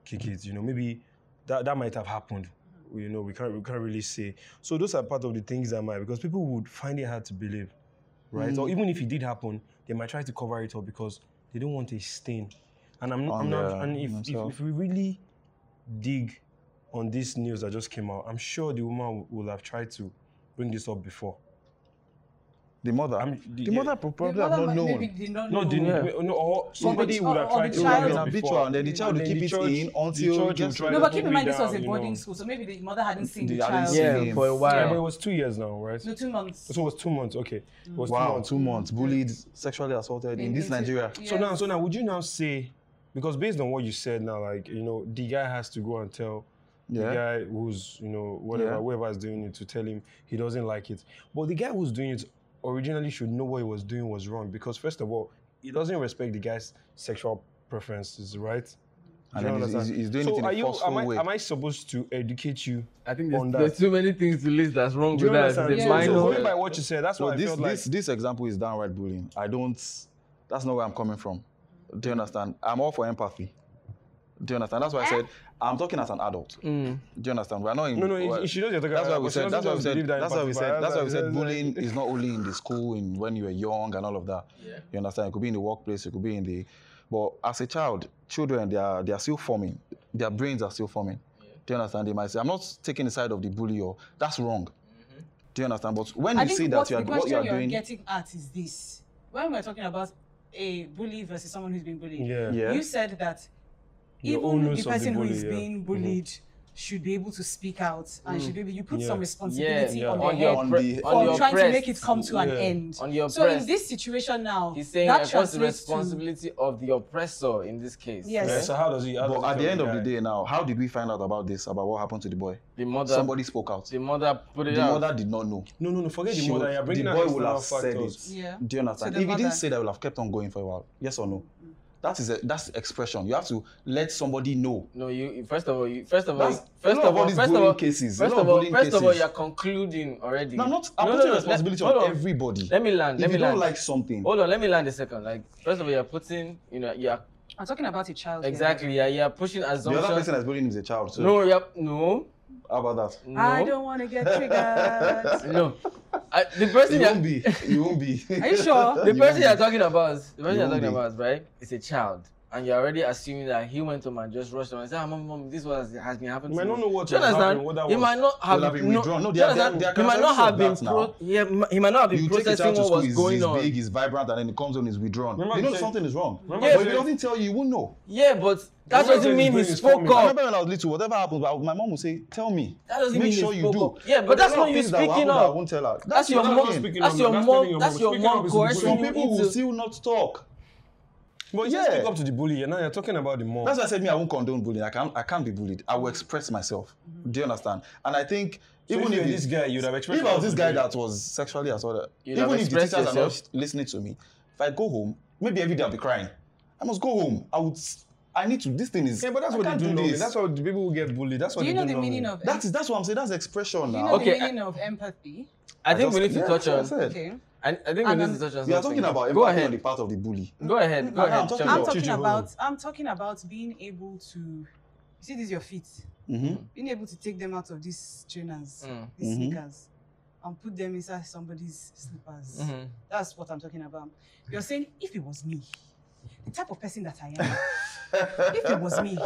D: kick it. You know, maybe that that might have happened. You know, we can't we can't really say. So those are part of the things that might because people would find it hard to believe, right?
E: Mm.
D: Or even if it did happen, they might try to cover it up because they don't want a stain. And I'm,
E: On
D: I'm not.
E: their-
D: And if,
E: on
D: if,
E: themselves.
D: if we really dig on this news that just came out, I'm sure the woman will have tried to bring this up before.
E: The mother.
D: I'm-
E: the,
D: yeah.
E: mother pro- probably
C: The
E: have
C: mother
E: not
C: might-
E: known.
C: maybe did not
D: No,
C: know.
D: the,
A: Yeah.
D: no, or somebody
C: Or-
D: would
C: or
D: have
C: the
D: tried to
E: It
C: child.
D: bring
E: was
D: it
E: an
D: up
E: habitual,
D: before.
E: and then the child
D: And
E: will
D: then
E: keep
D: the
E: it
D: church-
E: in
D: the
E: until
D: church
E: it
D: will
E: gets
D: try
E: to-
D: to
C: No, but keep in
D: bring
C: mind
D: it
C: this was a
D: down, you
C: boarding
D: know.
C: school, so maybe the mother hadn't seen the
E: They hadn't
C: child.
E: seen
A: Yeah,
E: him.
A: for a while.
D: Yeah, but
A: Yeah.
D: it was two years now, right?
C: No, two months.
D: So it was two months. Okay, it was two
E: Wow,
D: months.
E: two months bullied, sexually assaulted in,
C: In-
E: this
C: into-
E: Nigeria.
C: yeah.
D: So now, so now, would you now say, because based on what you said now, like you know, the guy has to go and tell
E: Yeah.
D: the guy who's you know whatever
E: Yeah.
D: whoever is doing it to tell him he doesn't like it. But the guy who's doing it originally should know what he was doing was wrong because first of all, he doesn't respect the guy's sexual preferences, right?
E: And
D: Do you
E: then he's-
D: understand?
E: he's- he's doing it in a
D: are you-
E: forceful
D: am I,
E: way.
D: Am I supposed to educate you?
A: I think
D: on
A: there's,
D: that.
A: there's too many things to list that's wrong
D: Do you
A: with that.
D: understand?
A: The
C: Yeah.
D: So, so
A: minor-
D: going by what you said, that's
E: So
D: why I
E: this
D: felt like
E: this this example is downright bullying. I don't. That's not where I'm coming from. Do you understand? I'm all for empathy. Do you understand? That's why I said I'm talking as an adult.
A: Mm.
E: Do you understand? We're not in.
D: No, no, it-
E: we're-
D: it should not be talking
E: That's
D: about-
E: why we
D: we
E: said.
D: should
E: That's why we
D: just believe
E: said.
D: that in
E: That's why we
D: particular.
E: said. That's why we
D: That's-
E: said.
D: that's-
E: Bullying is not only in the school, in when you were young and all of that. You understand? It could be in the workplace. It could be in the. But as a child, children, they are they are still forming. Their brains are still forming. Do you understand? They might say, "I'm not taking the side of the bully," or "That's wrong." Do you understand? But when
C: I
E: you
C: think
E: see
C: what
E: that you are
C: the
E: what
C: question
E: you are
C: you're
E: doing,
C: getting at is this: when we're talking about a bully versus someone who's been bullied,
D: yeah.
E: Yeah.
C: you said that
D: The
C: even
D: onus
C: the
D: of the
C: person who
D: bully,
C: is
D: yeah.
C: being
D: Mhm.
C: bullied should be able to speak out and should be able, you put
D: Yeah.
C: some
D: Yeah,
C: responsibility
A: Mm. yeah.
C: on
A: On
C: their
A: your
C: head
E: on
A: pre-
E: the
A: on
C: for
A: your
C: trying to
A: breast.
C: make it come to an
D: Yeah.
C: end.
A: On your
C: so in
A: breast.
C: this situation now,
A: He's saying
C: that
A: that what's the
C: translates to
A: responsibility of the oppressor in this case?
C: Yes.
D: Yeah,
A: right?
D: so how does he? How does
E: But
D: he
E: at
D: feel
E: the end of
D: guy?
E: the day, now, how did we find out about this? About what happened to the boy?
A: The mother,
E: Somebody spoke out.
A: the mother put it
E: The
A: out.
E: mother did not know.
D: No, no, no. Forget the
E: She
D: mother.
E: would-
D: You're bringing
E: the
D: out
E: boy would
D: external
E: have said it.
D: factors.
C: Yeah.
E: Do you understand?
C: To the
E: If he didn't
C: mother.
E: say that, we'll have kept on going for a while. Yes or no? That is a, that's expression. You have to let somebody know.
A: No, you you- first of all, you first of all,
E: That's- a
A: first
E: lot
A: of
E: of
A: all,
E: all these
A: first of
E: bullying
A: all,
E: cases, a
A: first
E: lot
A: of
E: of
A: all,
E: bullying
A: first of all,
E: cases.
A: you're concluding already.
E: No, I'm not. I'm putting
A: let-
E: responsibility
A: hold
E: on everybody.
A: Let me land.
E: If
A: Let
E: you
A: me
E: don't
A: land.
E: like something,
A: hold on, let me land a second. Like, first of all, you're putting, you know, you're
C: I'm talking about a child. here.
A: exactly, yeah, you're pushing
E: the other person
A: assumptions.
E: that's bullying is a child. So
A: No, yep, no,
E: how about that?
A: no,
C: I don't want to get triggered.
A: no. I, the person
E: You
A: you're,
E: won't be. You won't be.
C: Are
A: [LAUGHS]
C: you sure?
A: the person
E: You won't
A: you're
E: be.
A: talking about, the person
E: You
A: you're
E: won't
A: talking
E: be.
A: about, right? It's a child, and you're already assuming that he went home and just rushed home and said, "Ah, "Mom, mom, this was has been happening."
D: You might
A: to
D: not
A: me."
D: know what
A: Do you
D: was
A: understand?
D: happening, what that
A: he
D: was.
A: might not have,
E: Would have been
A: no-
E: withdrawn.
A: do
E: No, they
A: you
E: are- they are-
A: understand?
E: they are
A: He might not
E: characteristics
A: have
E: of
A: been
E: that
A: pro-
E: now.
A: yeah, m- he might not have been
E: You take a
A: processing
E: child to
A: what
E: school,
A: was
E: he's,
A: going
E: he's
A: on.
E: big, he's vibrant, and then he comes home, he's withdrawn.
D: Remember
E: you
D: you
E: know
D: said-
E: something is wrong.
D: remember
A: you
E: but if he
A: said-
E: doesn't tell you, you won't know.
A: Yeah, but that
D: only
A: doesn't
D: thing
A: mean he
D: he's doing is
A: spoke
D: forming.
E: I
A: up.
E: remember when I was little, whatever happens, I- my mom would say, "Tell me."
A: That doesn't
E: Make
A: mean you
E: sure you
A: spoke
E: do.
A: up. Yeah, but
E: there
A: that's
E: are a lot
A: when
E: of
A: you
E: things that will
A: speaking
E: happen that
A: up.
E: I won't tell her. That's,
A: That's your
E: the other
A: mom-
E: thing.
D: speaking
A: that's
D: up,
A: your
D: that's
A: mom-
D: telling your
A: that's
D: mom.
A: your
D: Speaking
A: mom
D: up is
A: coercion.
D: bullying.
E: Some
A: you
E: people
A: need
E: will
A: to-
E: still not talk.
D: But you
E: Yeah.
D: just speak up to the bully, and now you're talking about the mom.
E: That's why I said me, I won't condone bullying. I can't. I can't be bullied. I will express myself. Do you understand? And I think
D: So
E: even
D: if you're
E: if
D: this
E: it-
D: guy, you'd have expressed
E: If I
D: yourself
E: was this
D: to
E: guy
D: me.
E: that was sexually assaulted,
A: You'd have
E: even if the
A: expressed
E: teachers are
A: yourself.
E: not listening to me, if I go home, maybe every day I'll be crying. I must go home. I would. s- I need to. This thing is.
D: yeah, but that's
E: I
D: what they
E: can't
D: do.
E: do
D: normally.
E: this.
D: That's what the people who get bullied. That's what
C: Do you
D: they
C: know
D: do
C: the meaning
D: normally.
C: of
E: That is. That's what I'm saying. That's expression
C: do
E: now.
C: you know
A: Okay,
C: the
A: I-
C: meaning of empathy?
A: I think
E: just-
A: we need to
E: yeah,
A: touch
E: that's what I
A: on.
E: said.
C: Okay.
A: I, I think we
C: And
A: need
C: I'm-
A: to touch on.
E: You are
A: something.
E: talking about
A: Go
E: empathy on the
A: ahead.
E: part of the bully.
A: Go ahead. Go
E: I'm
A: ahead.
E: talking
A: Chop
C: I'm
A: it.
E: about-
C: talking
D: Teach your
C: about I'm talking about being able to you see this your feet.
E: Mm-hmm.
C: Being able to take them out of these trainers,
A: Mm.
C: these
D: Mm-hmm.
E: Mhm.
C: sneakers, and put them inside somebody's slippers.
A: Mhm.
C: That's what I'm talking about. You're saying if it was me, the type of person that I am. if it was me,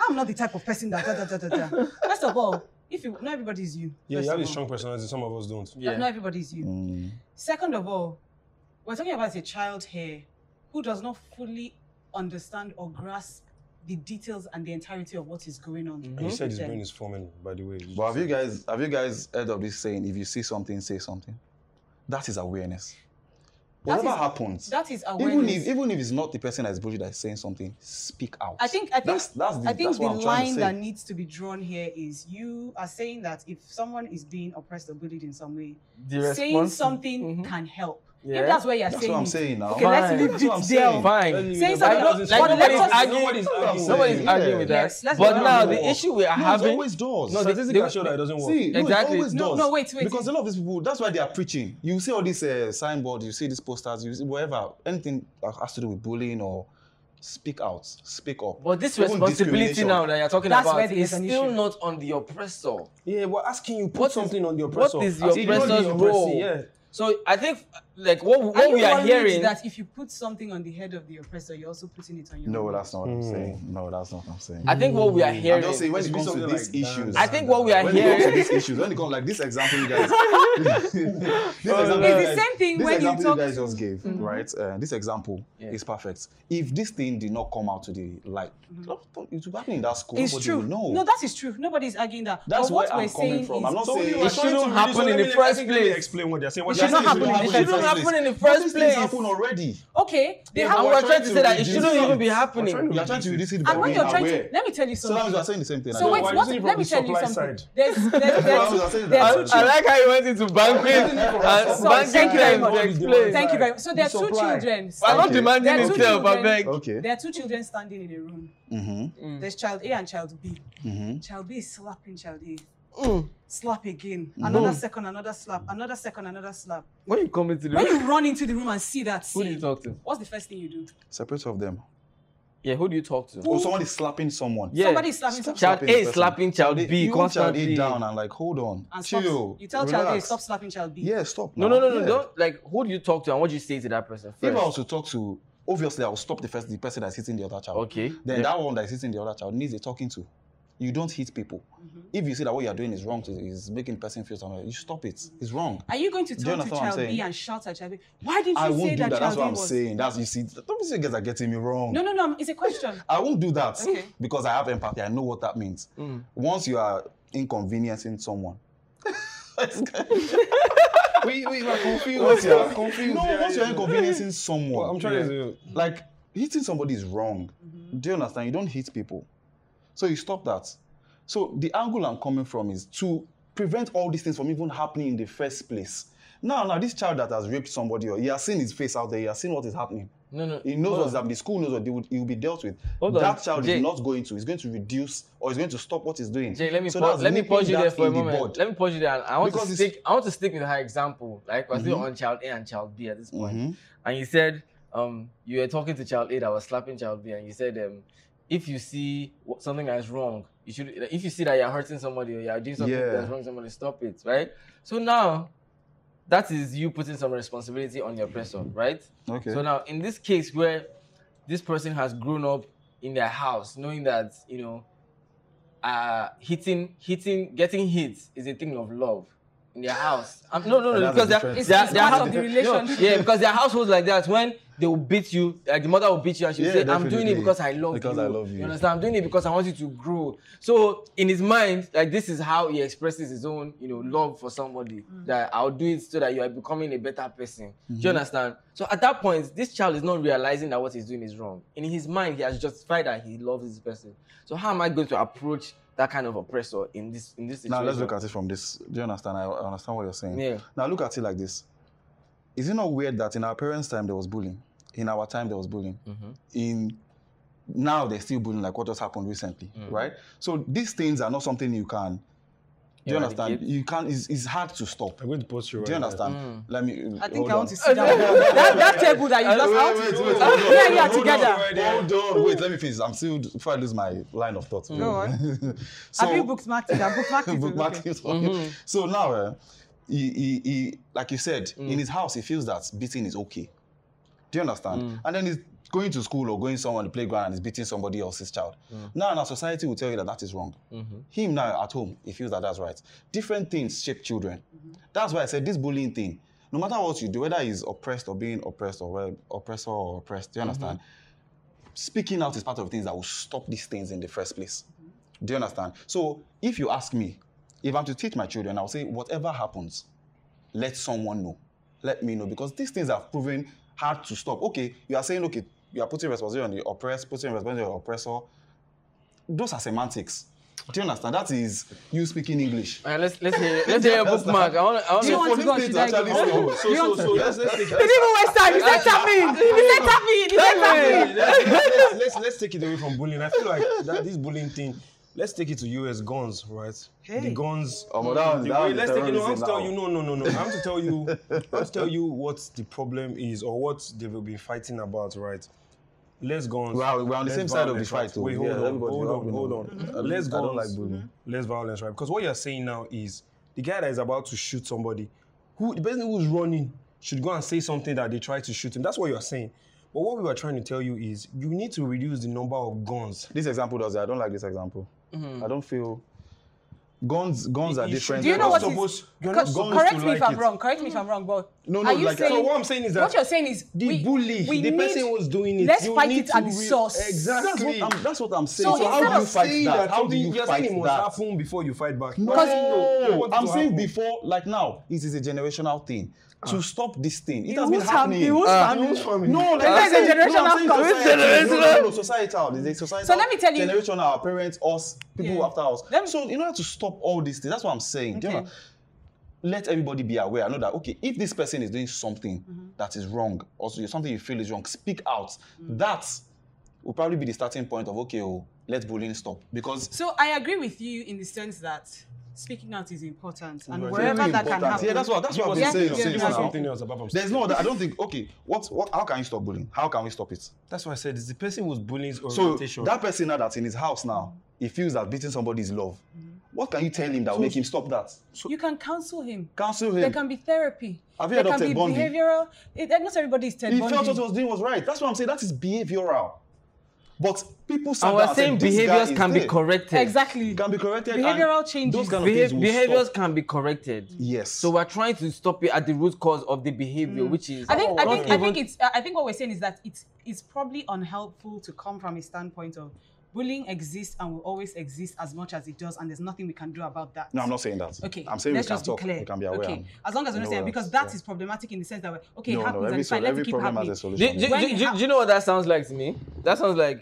C: I'm not the type of person that da da da da da. First of all, if it, not everybody's you.
D: Yeah,
C: first
D: you have
C: of
D: a
C: all.
D: strong personality. Some of us don't.
C: Not- Not
A: Yeah.
C: everybody's you.
E: Mm.
C: Second of all, we're talking about a child here who does not fully understand or grasp the details and the entirety of what is going on.
E: Mm-hmm.
D: And you
A: Mhm.
D: said his
C: Then-
D: brain is forming, by the way.
E: But have you guys have you guys heard of this saying? If you see something, say something. That is awareness. Whatever
C: is-
E: happens,
C: that is
E: even
C: awareness.
E: if even if it's not the person that's bullshit that's saying something, speak out.
C: I think I think
E: that's that's the,
C: I think
E: that's
C: the
E: what I'm trying to
C: line
E: say.
C: that needs to be drawn here is you are saying that if someone is being oppressed or bullied in some way,
A: The
C: saying
A: response-
C: something
A: Mhm.
C: can help.
A: Yeah.
C: If that's where you're
E: that's
C: saying,
E: what I'm
C: it,
E: saying now.
C: Okay, let's
A: Fine.
C: leave
E: That's what I'm
C: it
E: saying.
C: there.
A: Fine.
C: Say something.
A: Nobody's
C: Like,
A: nobody's
C: let us-
A: arguing.
D: nobody's arguing.
A: Nobody's
E: Yeah.
A: arguing with that.
C: Yes, let's
A: but
C: not
A: now
C: argue.
A: the issue we are
E: No, it
A: having.
E: always does.
A: No, they-
D: Statistics
A: they-
D: can show that it doesn't work.
E: See, no, it
A: Exactly.
E: always
C: No,
E: does.
C: no, wait, wait.
E: Because a lot of these people, that's why they are preaching. You see all these uh, signboard, you see these posters, you see whatever, anything that has to do with bullying or speak out, speak up.
A: But this
E: Even
A: responsibility
E: discrimination.
A: now that you're talking
C: That's where
A: about
C: there
A: is
C: is an
A: still
C: issue.
A: not on the oppressor.
D: Yeah, we're asking you put
A: What is-
D: something on the
A: What
D: oppressor.
A: is
D: As
A: the
D: if you're the
A: oppressor's
D: oppressee,
A: role?
D: Yeah.
A: So I think, like, what,
C: Are
A: what
C: you
A: we are
C: worried
A: hearing.
C: that if you put something on the head of the oppressor, you're also putting it on your
E: No,
C: own?
E: that's not what I'm
D: Hmm.
E: saying. No, that's not what I'm saying.
A: I think what we are
E: I'm
A: hearing.
E: just saying when
D: It
E: it
D: should be
E: comes to
D: something
E: these
D: like that.
E: issues.
A: I think what we are
E: when it comes to
A: hearing.
E: these issues, when it comes like this example you guys, [LAUGHS]
A: Oh,
E: this example
A: no.
E: you
C: It's the same thing
E: this
C: when you
E: example
C: talk
E: guys
C: to- Mm-hmm.
E: just gave, right? Uh, this example
A: Yeah.
E: is perfect. If this thing did not come out to the light, it would happen in that school.
C: Mm-hmm. It's
E: Nobody
C: true.
E: Would know.
C: No, that is true. Nobody's arguing that.
E: That's
C: but what
E: where
C: we're
E: I'm coming
C: saying
E: from.
C: is
E: I'm not saying
A: It shouldn't happen in the first place.
D: Explain what they're saying. What
A: It
D: they're
A: shouldn't
D: saying is
A: happen.
D: really
A: It
D: happening.
A: shouldn't happen in the
E: But
A: first
E: these things
A: place.
E: happen already.
C: okay. They
E: Yeah,
C: have
A: And
E: we're
A: we're
E: trying
A: trying to
E: to
A: say that it
E: reduce
A: shouldn't
E: it.
A: even be
E: We're
A: happening.
E: We are trying to reduce it by
C: and when
E: being
C: you're trying
E: aware.
C: to let me tell you
E: So that
C: something.
E: means we are saying the same thing.
C: So wait,
D: why
C: what?
D: isn't it
C: Let me
D: from
C: tell you
D: supply
C: something.
D: side?
C: There's, there's, there's,
E: Why would I
C: there's,
E: say that?
A: I,
C: two
E: [LAUGHS] That's
A: I
E: true.
C: children.
A: like how you went into banquet. Uh,
C: Sorry, thank you very
A: banquet time
C: much.
A: to explain.
C: Thank you very much. So there are two
D: Supply.
C: children.
A: I'm not
E: Okay.
A: demanding
C: There are two
A: itself, I
C: children.
A: beg.
E: Okay.
C: There are two children standing in a room.
E: Mm-hmm.
A: Mm.
C: There's child A and child B.
E: Mm-hmm.
C: Child B is slapping child A.
A: Mm.
C: Slap again.
E: Mm-hmm.
C: Another second, another slap. Another second, another slap.
A: When you come into the
C: When
A: room,
C: you run into the room and see that
A: who do you
C: scene,
A: talk to?
C: what's the first thing you do?
E: Separate of them.
A: Yeah, who do you talk to?
E: Oh, someone is slapping someone.
A: Yeah.
C: Somebody is slapping
E: Stop
A: Child
C: someone.
E: slapping
A: A
E: the
A: is
E: person.
A: slapping child
E: Child A-
A: B
E: you hold child A
A: constantly.
E: down and like, hold on,
C: And stops,
E: chill.
C: you tell child A,
E: relax.
C: stop slapping child B.
E: Yeah, stop.
A: No,
E: now.
A: no, no, no.
E: Yeah.
A: Don't like. Who do you talk to, and what do you say to that person
E: If
A: first?
E: I was to talk to, obviously, I will stop the first the person that's hitting the other child.
A: [LAUGHS] Okay.
E: Then
A: Yeah.
E: that one that's hitting the other child needs a talking to. You don't hit people.
C: Mm-hmm.
E: If you see that what you're doing is wrong, to, is making the person feel something, you stop it. It's wrong.
C: Are you going to
E: Do you
C: turn to
E: understand what I'm
C: child B
E: saying?
C: and shout at child B? Why didn't you
E: I
C: say
E: won't
C: that,
E: do that. That's
C: child
E: what
C: A
E: I'm
C: was?
E: saying. That's you see. Don't be saying you guys are getting me wrong.
C: No, no, no. It's a question.
E: I won't do that
C: Okay.
E: because I have empathy. I know what that means.
D: Mm.
E: Once you are inconveniencing someone,
D: We we were
E: once
D: confused.
E: you are
D: confused.
E: no,
D: yeah,
E: once
D: yeah,
E: you're
D: yeah.
E: inconveniencing someone,
D: Well, I'm trying to.
E: like hitting somebody is wrong.
A: Mm-hmm.
E: Do you understand? You don't hit people, so you stop that. So the angle I'm coming from is to prevent all these things from even happening in the first place. Now, now this child that has raped somebody, or he has seen his face out there, he has seen what is happening.
A: No, no.
E: He knows
A: Hold
E: what's
A: on.
E: happening. The school knows what they would, he will be dealt with.
A: Hold on,
E: that child
A: Jay.
E: is not going to. He's going to reduce or he's going to stop what he's doing.
A: Jay, let me
E: So
A: pause,
E: that's
A: let me
E: nipping
A: pause you
E: that
A: there for a
E: in the
A: moment.
E: bud.
A: Let me pause you there. and I want
E: Because
A: to
E: it's- Mm-hmm.
A: stick. I want to stick with her example. Like we're still on child A and child B at this point.
E: Mhm.
A: And you said um, you were talking to child A that was slapping child B, and you said um, if you see wh- something that's wrong, you should. If you see that you're hurting somebody or you're doing something
E: Yeah.
A: that's wrong, to somebody stop it, right? So now, that is you putting some responsibility on your person, right?
E: Okay.
A: So now, in this case where this person has grown up in their house, knowing that you know, uh, hitting, hitting, getting hit is a thing of love in their house. Um, no, no, no,
E: And that's the
A: because they're,
E: difference.
C: It's,
A: they're,
C: it's
A: they're
C: part
A: hou-
C: of the
A: [LAUGHS] no,
C: relationship.
A: yeah, because there are households like that when they will beat you, like the mother will beat you and she'll
E: Yeah,
A: say, I'm doing
E: definitely.
A: it because I love
E: Because
A: you.
E: I love you.
A: understand? I'm doing it because I want you to grow. So in his mind, like this is how he expresses his own, you know, love for somebody. That I'll do it so that you are becoming a better person. Do
E: Mm-hmm.
A: you understand? So at that point, this child is not realizing that what he's doing is wrong. In his mind, he has justified that he loves this person. So how am I going to approach that kind of oppressor in this in this
E: now
A: situation?
E: let's look at it from this. Do you understand? I, I understand what you're saying.
A: Yeah.
E: Now look at it like this. Is it not weird that in our parents' time there was bullying? In our time there was bullying.
A: Mm-hmm.
E: In now they're still bullying, like what just happened recently,
A: Mm.
E: right? So these things are not something you can. Do you understand?
A: Eradicate. Mm.
E: You can. It's, it's hard to stop.
D: I'm going to post you. Right
E: Do you
D: now.
E: understand? Let me.
C: I think
E: hold
C: I
E: on.
C: want to sit down. [LAUGHS] that, that table that you
A: Uh,
C: just
A: wait,
C: out.
A: wait,
E: Wait, wait,
C: Uh,
E: hold
C: [LAUGHS]
E: on,
C: yeah, yeah,
E: hold on,
C: together.
E: Hold on, hold on, wait, let me finish. I'm still before I lose my line of thought.
C: Go
E: [LAUGHS] on.
C: Have you bookmarked it? I
E: [LAUGHS]
C: bookmarked it.
E: bookmark
C: okay.
E: him. So now, eh, he, he, he, like you said, in his house, he feels that beating is okay. Do you understand? And then he's going to school or going somewhere on the playground and he's beating somebody else's child. Now, now society will tell you that that is wrong. Him now at home, he feels that that's right. Different things shape children. That's why I said this bullying thing. No matter what you do, whether he's oppressed or being oppressed or well, oppressor or oppressed, do you understand? Speaking out is part of things that will stop these things in the first place. Do you understand? So if you ask me, if I'm to teach my children, I'll say whatever happens, let someone know. let me know because these things have proven hard to stop. Okay, you are saying okay, you are putting responsibility on the oppressed, putting responsibility on the oppressor. Those are semantics. Do you understand? That is you speaking English.
A: All right, let's let's hear
E: [LAUGHS]
A: let's hear a bookmark. I want I want
C: Do you want to go?
E: Police
C: Should
E: need
C: I
E: to
C: go?
E: actually know.
C: Do [LAUGHS] you want to?
D: let's let's take
C: He didn't even waste time. He said tap me. He said tap me. He said tap me.
D: [LAUGHS] let's, let's, let's, let's take it away from bullying. I feel like that, this bullying thing. Let's take it to US guns, right? The
C: Hey.
D: guns.
E: Oh, but that-
D: the
E: that
D: way-
E: is
D: let's take it. No, I have to
E: terrorism
D: tell
E: now.
D: you. No, no, no, no. I have to tell you. I have to tell you what the problem is or what they will be fighting about, right? Let's guns.
E: We are- we are on the
D: less
E: same side of the
D: violence,
E: fight,
D: right?
E: too.
D: Wait, hold
E: Yeah,
D: on,
E: everybody-
D: hold on,
E: we know.
D: hold on.
E: Mhm. [LAUGHS] I don't-
D: Let's
E: I don't
D: guns,
E: like bullying.
D: Less violence, right? Because what you're saying now is the guy that is about to shoot somebody, who the person who's running should go and say something that they tried to shoot him. That's what you're saying. But what we were trying to tell you is you need to reduce the number of guns.
E: This example does it. I don't like this example. I don't feel guns. Guns are
D: You should-
E: different.
C: Do Mm-hmm. you know
D: You're
C: what
D: not
C: is-
D: supposed- you're not
C: Co-
D: supposed
C: Correct
D: to
C: me if
D: like
C: I'm
D: it.
C: wrong. Correct me if I'm wrong, but
E: No, no,
C: are you
E: like-
D: So
C: saying?
D: what I'm saying is that
C: what you're saying is
D: the
C: we,
D: bully,
C: we
D: the
C: need,
D: person who's doing it,
C: Let's
D: you
C: fight
D: need
C: it at
D: to
C: the
D: re-
C: source.
E: That's
D: Exactly.
E: what I'm, that's what I'm saying.
C: So
E: So,
C: instead
E: how do you
C: of
E: fight that? How do
D: something-
E: you
D: you're
E: fight
D: saying it must
E: that?
D: happen before you fight back.
E: No,
D: Why do you want it
E: I'm
D: to
E: saying
D: happen?
E: before, like now, it is a generational thing. To stop this thing, Ah. it
C: The
E: has been
C: Who's fam-
E: happening.
C: the Who's
E: Uh,
C: family?
E: no, like
C: It's a
E: I'm saying- no, I'm saying
C: generational
E: society. No, no, no, societal. It's a societal.
C: So let me tell you-
E: generational. Our parents, us, people
C: Yeah.
E: after us.
C: Let me-
E: so in order to stop all these things, that's what I'm saying. Do you
C: Okay.
E: know? Let everybody be aware. I know that okay, if this person is doing something that is wrong, or so- something you feel is wrong, speak out. That will probably be the starting point of okay, oh, let bullying stop because
C: So I agree with you in the sense that speaking out is important, and wherever
E: Very
C: that can
E: important.
C: happen.
E: Yeah, that's what that's what I've been
C: Yeah,
E: saying
C: yeah,
E: since
C: yeah.
D: There's
E: now.
D: something else apart from
E: There's no, other- I don't think. Okay, what, what? How can you stop bullying? How can we stop it?
D: That's why I said it's the person who's bullying
E: So
D: orientation.
E: that person now that's in his house now, he feels that beating somebody is love.
C: Mm-hmm.
E: What can you tell him that will make him stop that?
C: You can counsel him.
E: Counsel
C: There
E: him.
C: can be therapy.
E: Have you
C: there
E: heard
C: can
E: of Ted
C: be
E: Bundy?
C: behavioral. It, eh, not everybody is Ted
E: he
C: Bundy.
E: felt what he was doing was right. That's what I'm saying. That is behavioral. But people sat
A: And
E: down
A: we're saying
E: said, "This guy
A: behaviors
E: is
A: can be
E: there."
A: corrected.
C: Exactly.
E: Can be corrected. and
C: Behavioral changes.
E: Those kind of
A: Beha-
E: things will
A: behaviors
E: stop. Mm.
A: can be corrected.
E: Yes.
A: So we're trying to stop it at the root cause of the behavior, which is
C: Mm. I
E: Oh,
C: think I
A: not
C: think I
A: even-
C: think it's I think what we're saying is that it's it's probably unhelpful to come from a standpoint of bullying exists and will always exist as much as it does, and there's nothing we can do about that.
E: no, I'm not saying that.
C: Okay,
E: I'm saying
C: let's
E: we can
C: just
E: talk.
C: be clear.
E: We can be aware.
C: Okay, as long as we're not
E: No
C: saying
E: words,
C: because that is
E: yeah.
C: problematic in the sense that we're okay, it
E: No,
C: happens
E: no,
C: and
E: every,
C: it's fine.
E: sol-
C: Let
E: every
C: it keep
E: problem has
C: happening.
E: a
A: Do,
E: solution.
A: do,
C: When
A: do,
C: it
A: do, do you know what that sounds like to me? That sounds like,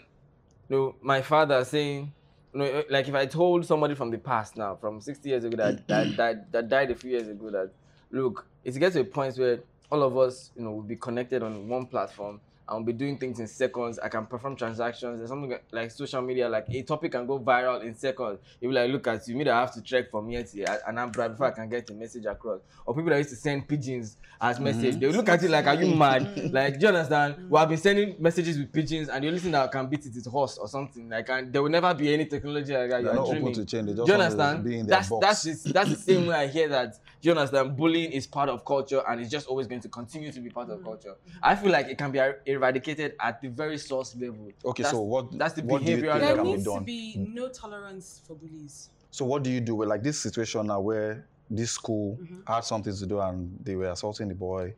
A: you know, my father saying, you know, eh, like if I told somebody from the past now, from 60 years ago
E: [CLEARS THROAT]
A: that that, that, that died a few years ago, that look, it gets to a point where all of us, you know, will be connected on one platform and we'll be doing things in seconds. I can perform transactions. There's something like- like social media, like a topic can go viral in seconds. You'll be like, look at you, me that I have to check from here to here, and I'm bright before I can get the message across. Or people that used to send pigeons as
E: Mm-hmm.
A: message, they'll look at it like, are you
C: [LAUGHS]
A: mad?
C: Mm-hmm.
A: like, do you understand? Well, I've been sending messages with pigeons, and the only thing that can beat it is horse or something. Like, and there will never be any technology like that.
E: They're
A: You're
E: not open
A: dreaming.
E: to change. They just
A: do you
E: want to
A: understand?
E: be in their
A: that's,
E: box.
A: that's it's, that's the
E: [COUGHS]
A: same way I hear that. Do you understand? Bullying is part of culture and it's just always going to continue to be part
C: Mm.
A: of culture. I feel like it can be er- eradicated at the very source level.
E: Okay,
A: That's-
E: so what-
A: That's the
E: what do you
A: behavioral
E: think
C: There
E: can be
A: level.
C: needs to
E: done.
C: be no tolerance for bullies.
E: So what do you do with like this situation now where this school
C: Mm-hmm.
E: had something to do and they were assaulting the boy?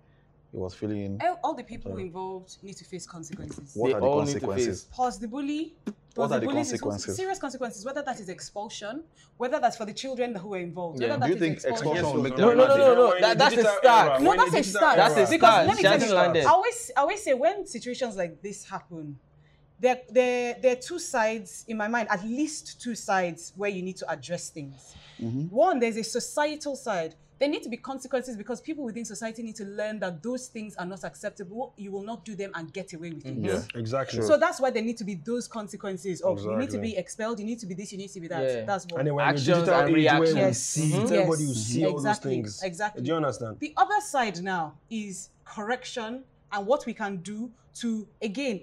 E: He was feeling.
C: All, all the people involved need to face consequences.
E: What
A: They
E: are the
A: all need to
E: consequences?
A: face-
C: Pause the bully.
E: What
C: pause
E: are the
C: bully's responsi-
E: consequences?
C: Serious consequences, whether that is expulsion, whether that's for the children who were involved.
A: Yeah.
C: Whether
E: Do you
C: that
E: think
C: is expulsion.
E: expulsion will make
A: No,
E: them
A: no, no,
E: mad?
A: no, no. That- that's a start.
C: No, that's a start.
A: That's a
C: because
A: start.
C: Let me
A: She
C: tell
A: hasn't
C: you,
A: landed.
C: I always, I always say when situations like this happen, there, there, there are two sides in my mind, at least two sides where you need to address things.
A: Mm-hmm.
C: One, there's a societal side. There need to be consequences because people within society need to learn that those things are not acceptable. You will not do them and get away with it.
A: Mm-hmm.
E: Yeah.
D: Exactly.
C: So that's why there need to be those consequences of you need to
D: Exactly.
C: be expelled, you need to be this, you need to be that.
A: Yeah.
C: That's what.
D: and then when
A: Actions
D: Actions digital
A: and
D: age where we
A: reactions.
D: see
C: Yes.
D: it, everybody will
C: Yes.
D: see all those
C: Exactly.
D: things.
C: Exactly.
D: Do you understand?
C: The other side now is correction and what we can do to again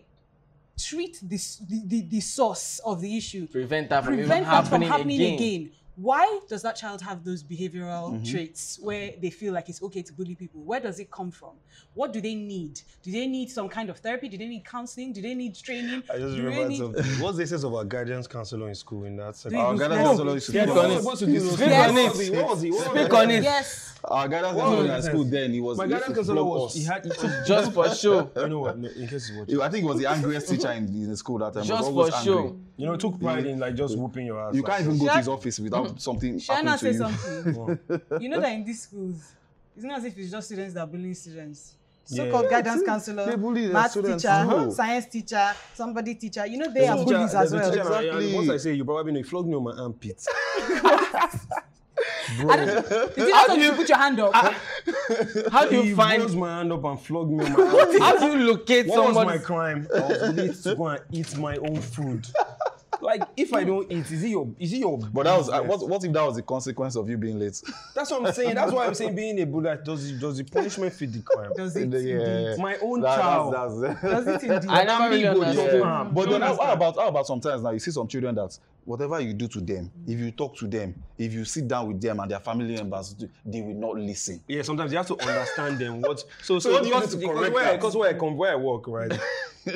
C: treat this the, the, the source of the issue.
A: Prevent that from even
C: Prevent that from
A: happening,
C: happening
A: again. Mm-hmm.
C: again. Why does that child have those behavioral traits where they feel like it's okay to bully people? Where does it come from? What do they need? Do they need some kind of therapy? Do they need counseling? Do they need training?
D: I just
C: do they
D: remembered
C: need-
D: something. What's the essence of our guidance counselor in school in that sense?
C: Do you
E: Our
C: Speak
E: guidance
C: on
E: counselor used to
A: Speak
E: do
A: on
E: that.
A: it.
C: on
D: Speak
A: it.
D: What was he? What was he?
A: Speak on it.
C: Yes.
E: Our guidance counselor in
D: Yes.
E: school then he was.
D: My
E: he used
D: guidance
E: to
D: counselor
E: flog
D: was.
E: us.
D: He had. He
E: [LAUGHS]
D: took,
A: Just for
D: [LAUGHS]
A: show.
D: you know what? No, in case he's watching.
E: I think
D: [LAUGHS]
E: he was the angriest teacher in, in the school that time. He was
A: Just for
E: always angry.
A: show.
D: You know, took pride in like just whooping your ass.
E: You
D: like,
E: can't even go to
C: Shall- [LAUGHS]
E: his office without something
C: Shall I
E: happening
C: not
E: to
C: say
E: you.
C: something? you know that in these schools, It's not as if it's just students that are bullying students.
D: Yeah.
C: So-called
D: Yeah,
C: guidance
E: see, they
C: counselor,
E: bully their
C: maths
E: students
C: teacher,
E: too.
C: science teacher, somebody teacher. You know they
D: There's
C: are
D: a
C: bullies
D: teacher-
C: as
D: there's a
C: well.
D: teacher that-
E: Exactly.
D: and Once I say you probably know, you flog me on my
E: [LAUGHS]
D: armpit.
C: I don't, is it also you put your hand up?
A: How do
D: he
A: you
D: rolls
A: find?
D: my hand up and flog me
E: [LAUGHS]
D: on my armpit.
A: How do you locate
D: What was my
A: someone?
D: crime? I was willing to go and eat my own
E: [LAUGHS]
D: food. Like if I don't eat, is it your is it your?
E: But that was uh,
D: business?
E: what, what if that was the consequence of you being late?
D: That's what I'm saying. That's why I'm saying being a Buddha does it, does the punishment fit the crime?
C: Does it?
E: [LAUGHS] yeah.
D: My own
E: That-
D: child.
E: That's, that's,
C: Does it indeed?
A: I never really
D: Ambigo,
A: understood.
D: yeah.
E: Yeah.
D: Mm.
E: But
D: Do
E: then
D: you
E: how, how about how about sometimes now you see some children that whatever you do to them, if you talk to them, if you sit down with them and their family members, they will not listen.
D: Yeah, sometimes you have to understand them. What so
E: So
D: so,
E: what do you
D: because,
E: do to
D: because
E: correct
D: where
E: that?
D: because where I come where I
A: [LAUGHS]
D: work right,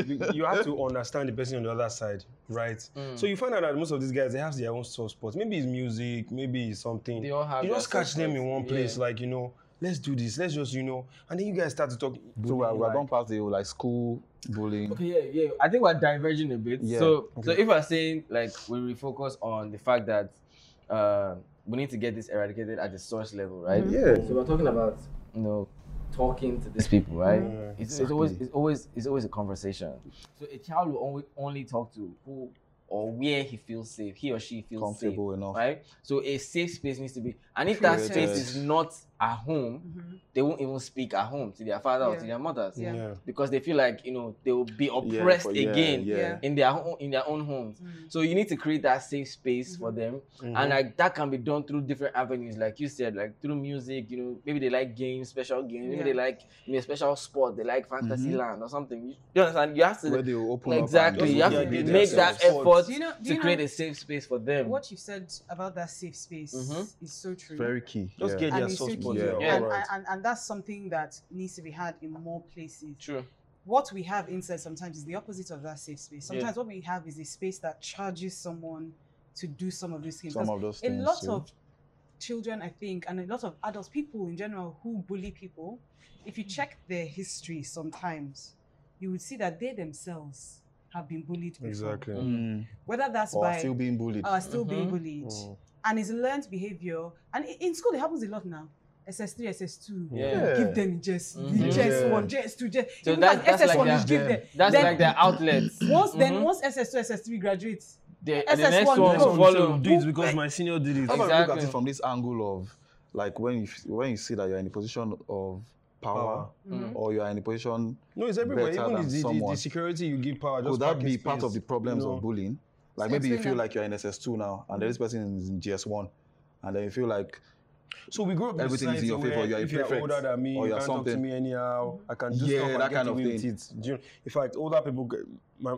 D: you, you have to understand the person on the other side, right?
A: Mm.
D: So you find out that most of these guys they have their own soft spots. Maybe it's music, maybe it's something.
A: They all have
D: you
A: their
D: just catch
A: soft
D: them in
A: spots,
D: one place,
A: yeah.
D: like you know, let's do this, let's just you know, and then you guys start to talk.
E: So we are, we are
D: like-
E: gone past the like school bullying.
A: Okay, yeah, yeah. I think we're diverging a bit.
E: Yeah,
A: So, so if we're saying like we refocus on the fact that uh, we need to get this eradicated at the source level, right?
E: Yeah.
A: So we're talking about you know talking to these people, right?
D: Mm-hmm.
A: It's, it's always it's always it's always a conversation. So a child will only only talk to who or where he feels safe, he or she feels
E: Comfortable
A: safe,
E: enough.
A: right? So a safe space needs to be, and if that
C: Created.
A: space is not at home, they won't even speak at home to their father or to
C: Mm-hmm. Yeah.
A: their mothers
C: Yeah.
D: Yeah.
A: because they feel like you know they will be
E: Yeah,
A: oppressed
E: for- yeah,
A: again
E: Yeah.
C: Yeah.
A: in their own in their own homes. So you need to create that safe space for
C: Mm-hmm.
A: them,
E: Mm-hmm.
D: mm-hmm.
A: and like that can be done through different avenues, like you said, like through music. You know, maybe they like games, special games. Maybe
C: Yeah.
A: they like you know special sport. They like fantasy land or something. You, you understand? You have to
E: Mm-hmm. Where they will open
A: exactly. You
E: up
A: have
E: and
A: to
D: Yeah, they-
E: be
D: they
A: make
D: are
A: that
D: self-taught.
A: effort
C: Do you know- do
A: to
C: you
A: create
C: know-
A: a safe space for them.
C: What you said about that safe space
A: Mhm.
C: is so true.
E: very key.
D: Just
E: yeah.
D: get
C: And
D: their
C: it's
D: soft
C: tricky.
D: spots.
A: Yeah.
D: all
C: and,
D: right.
C: and, and that's something that needs to be had in more places.
A: True.
C: What we have inside sometimes is the opposite of that safe space. Sometimes what we have is a space that charges someone to do some of these things.
E: some
C: 'Cause
E: of those
C: a
E: things.
C: lot
E: too.
C: of children, I think, and a lot of adults, people in general, who bully people, if you check their history sometimes, you would see that they themselves have been bullied before.
D: Exactly.
E: Mm.
C: Whether that's
E: Or
C: by
E: still being bullied. Mm-hmm.
C: are still being
A: Mhm.
C: bullied.
D: Mm.
C: And it's learned behavior. And i- in school, it happens a lot now. SS3, SS2.
A: Yeah.
E: Yeah. Mm-hmm.
C: Give them just,
A: Mhm.
C: just1, just2, just.
A: So
C: even
A: that's,
C: as
A: that's
C: SS1
A: like
C: is
A: their,
C: give them.
A: that's
C: then
A: like their outlets.
C: Once then,
E: Mm-hmm.
A: Mhm.
C: once SS2, SS3 graduates,
A: the, the
C: SS1
A: next one
C: goes.
A: will follow.
D: Do it because my senior did it.
E: How about we look at
A: Exactly.
E: it from this angle of like when you when you see that you're in a position of power,
D: Power.
A: Mm-hmm.
E: or you are in a position
D: No, it's everywhere.
E: better
D: Even the,
E: than
D: the, the,
E: someone.
D: security you give power.
E: could
D: Just
E: that
D: parking
E: be part
D: space,
E: of the problems
D: you know?
E: of bullying? Like
C: So
E: maybe you
C: explain
E: feel
C: that.
E: like you're in SS2 now, and
A: Mm.
E: the this person is in GS1, and then you feel like
D: So we grew up in
E: Everything is
D: society
E: in your favour,
D: where
E: you are a
D: if you're
E: prefect,
D: older than me,
E: or
D: you
E: you are
D: can't talk to
E: something.
D: me anyhow. I can do
E: Yeah,
D: stuff and
E: that
D: get
E: kind of
D: away with
E: thing.
D: it. Do you, in fact, older people, get- my,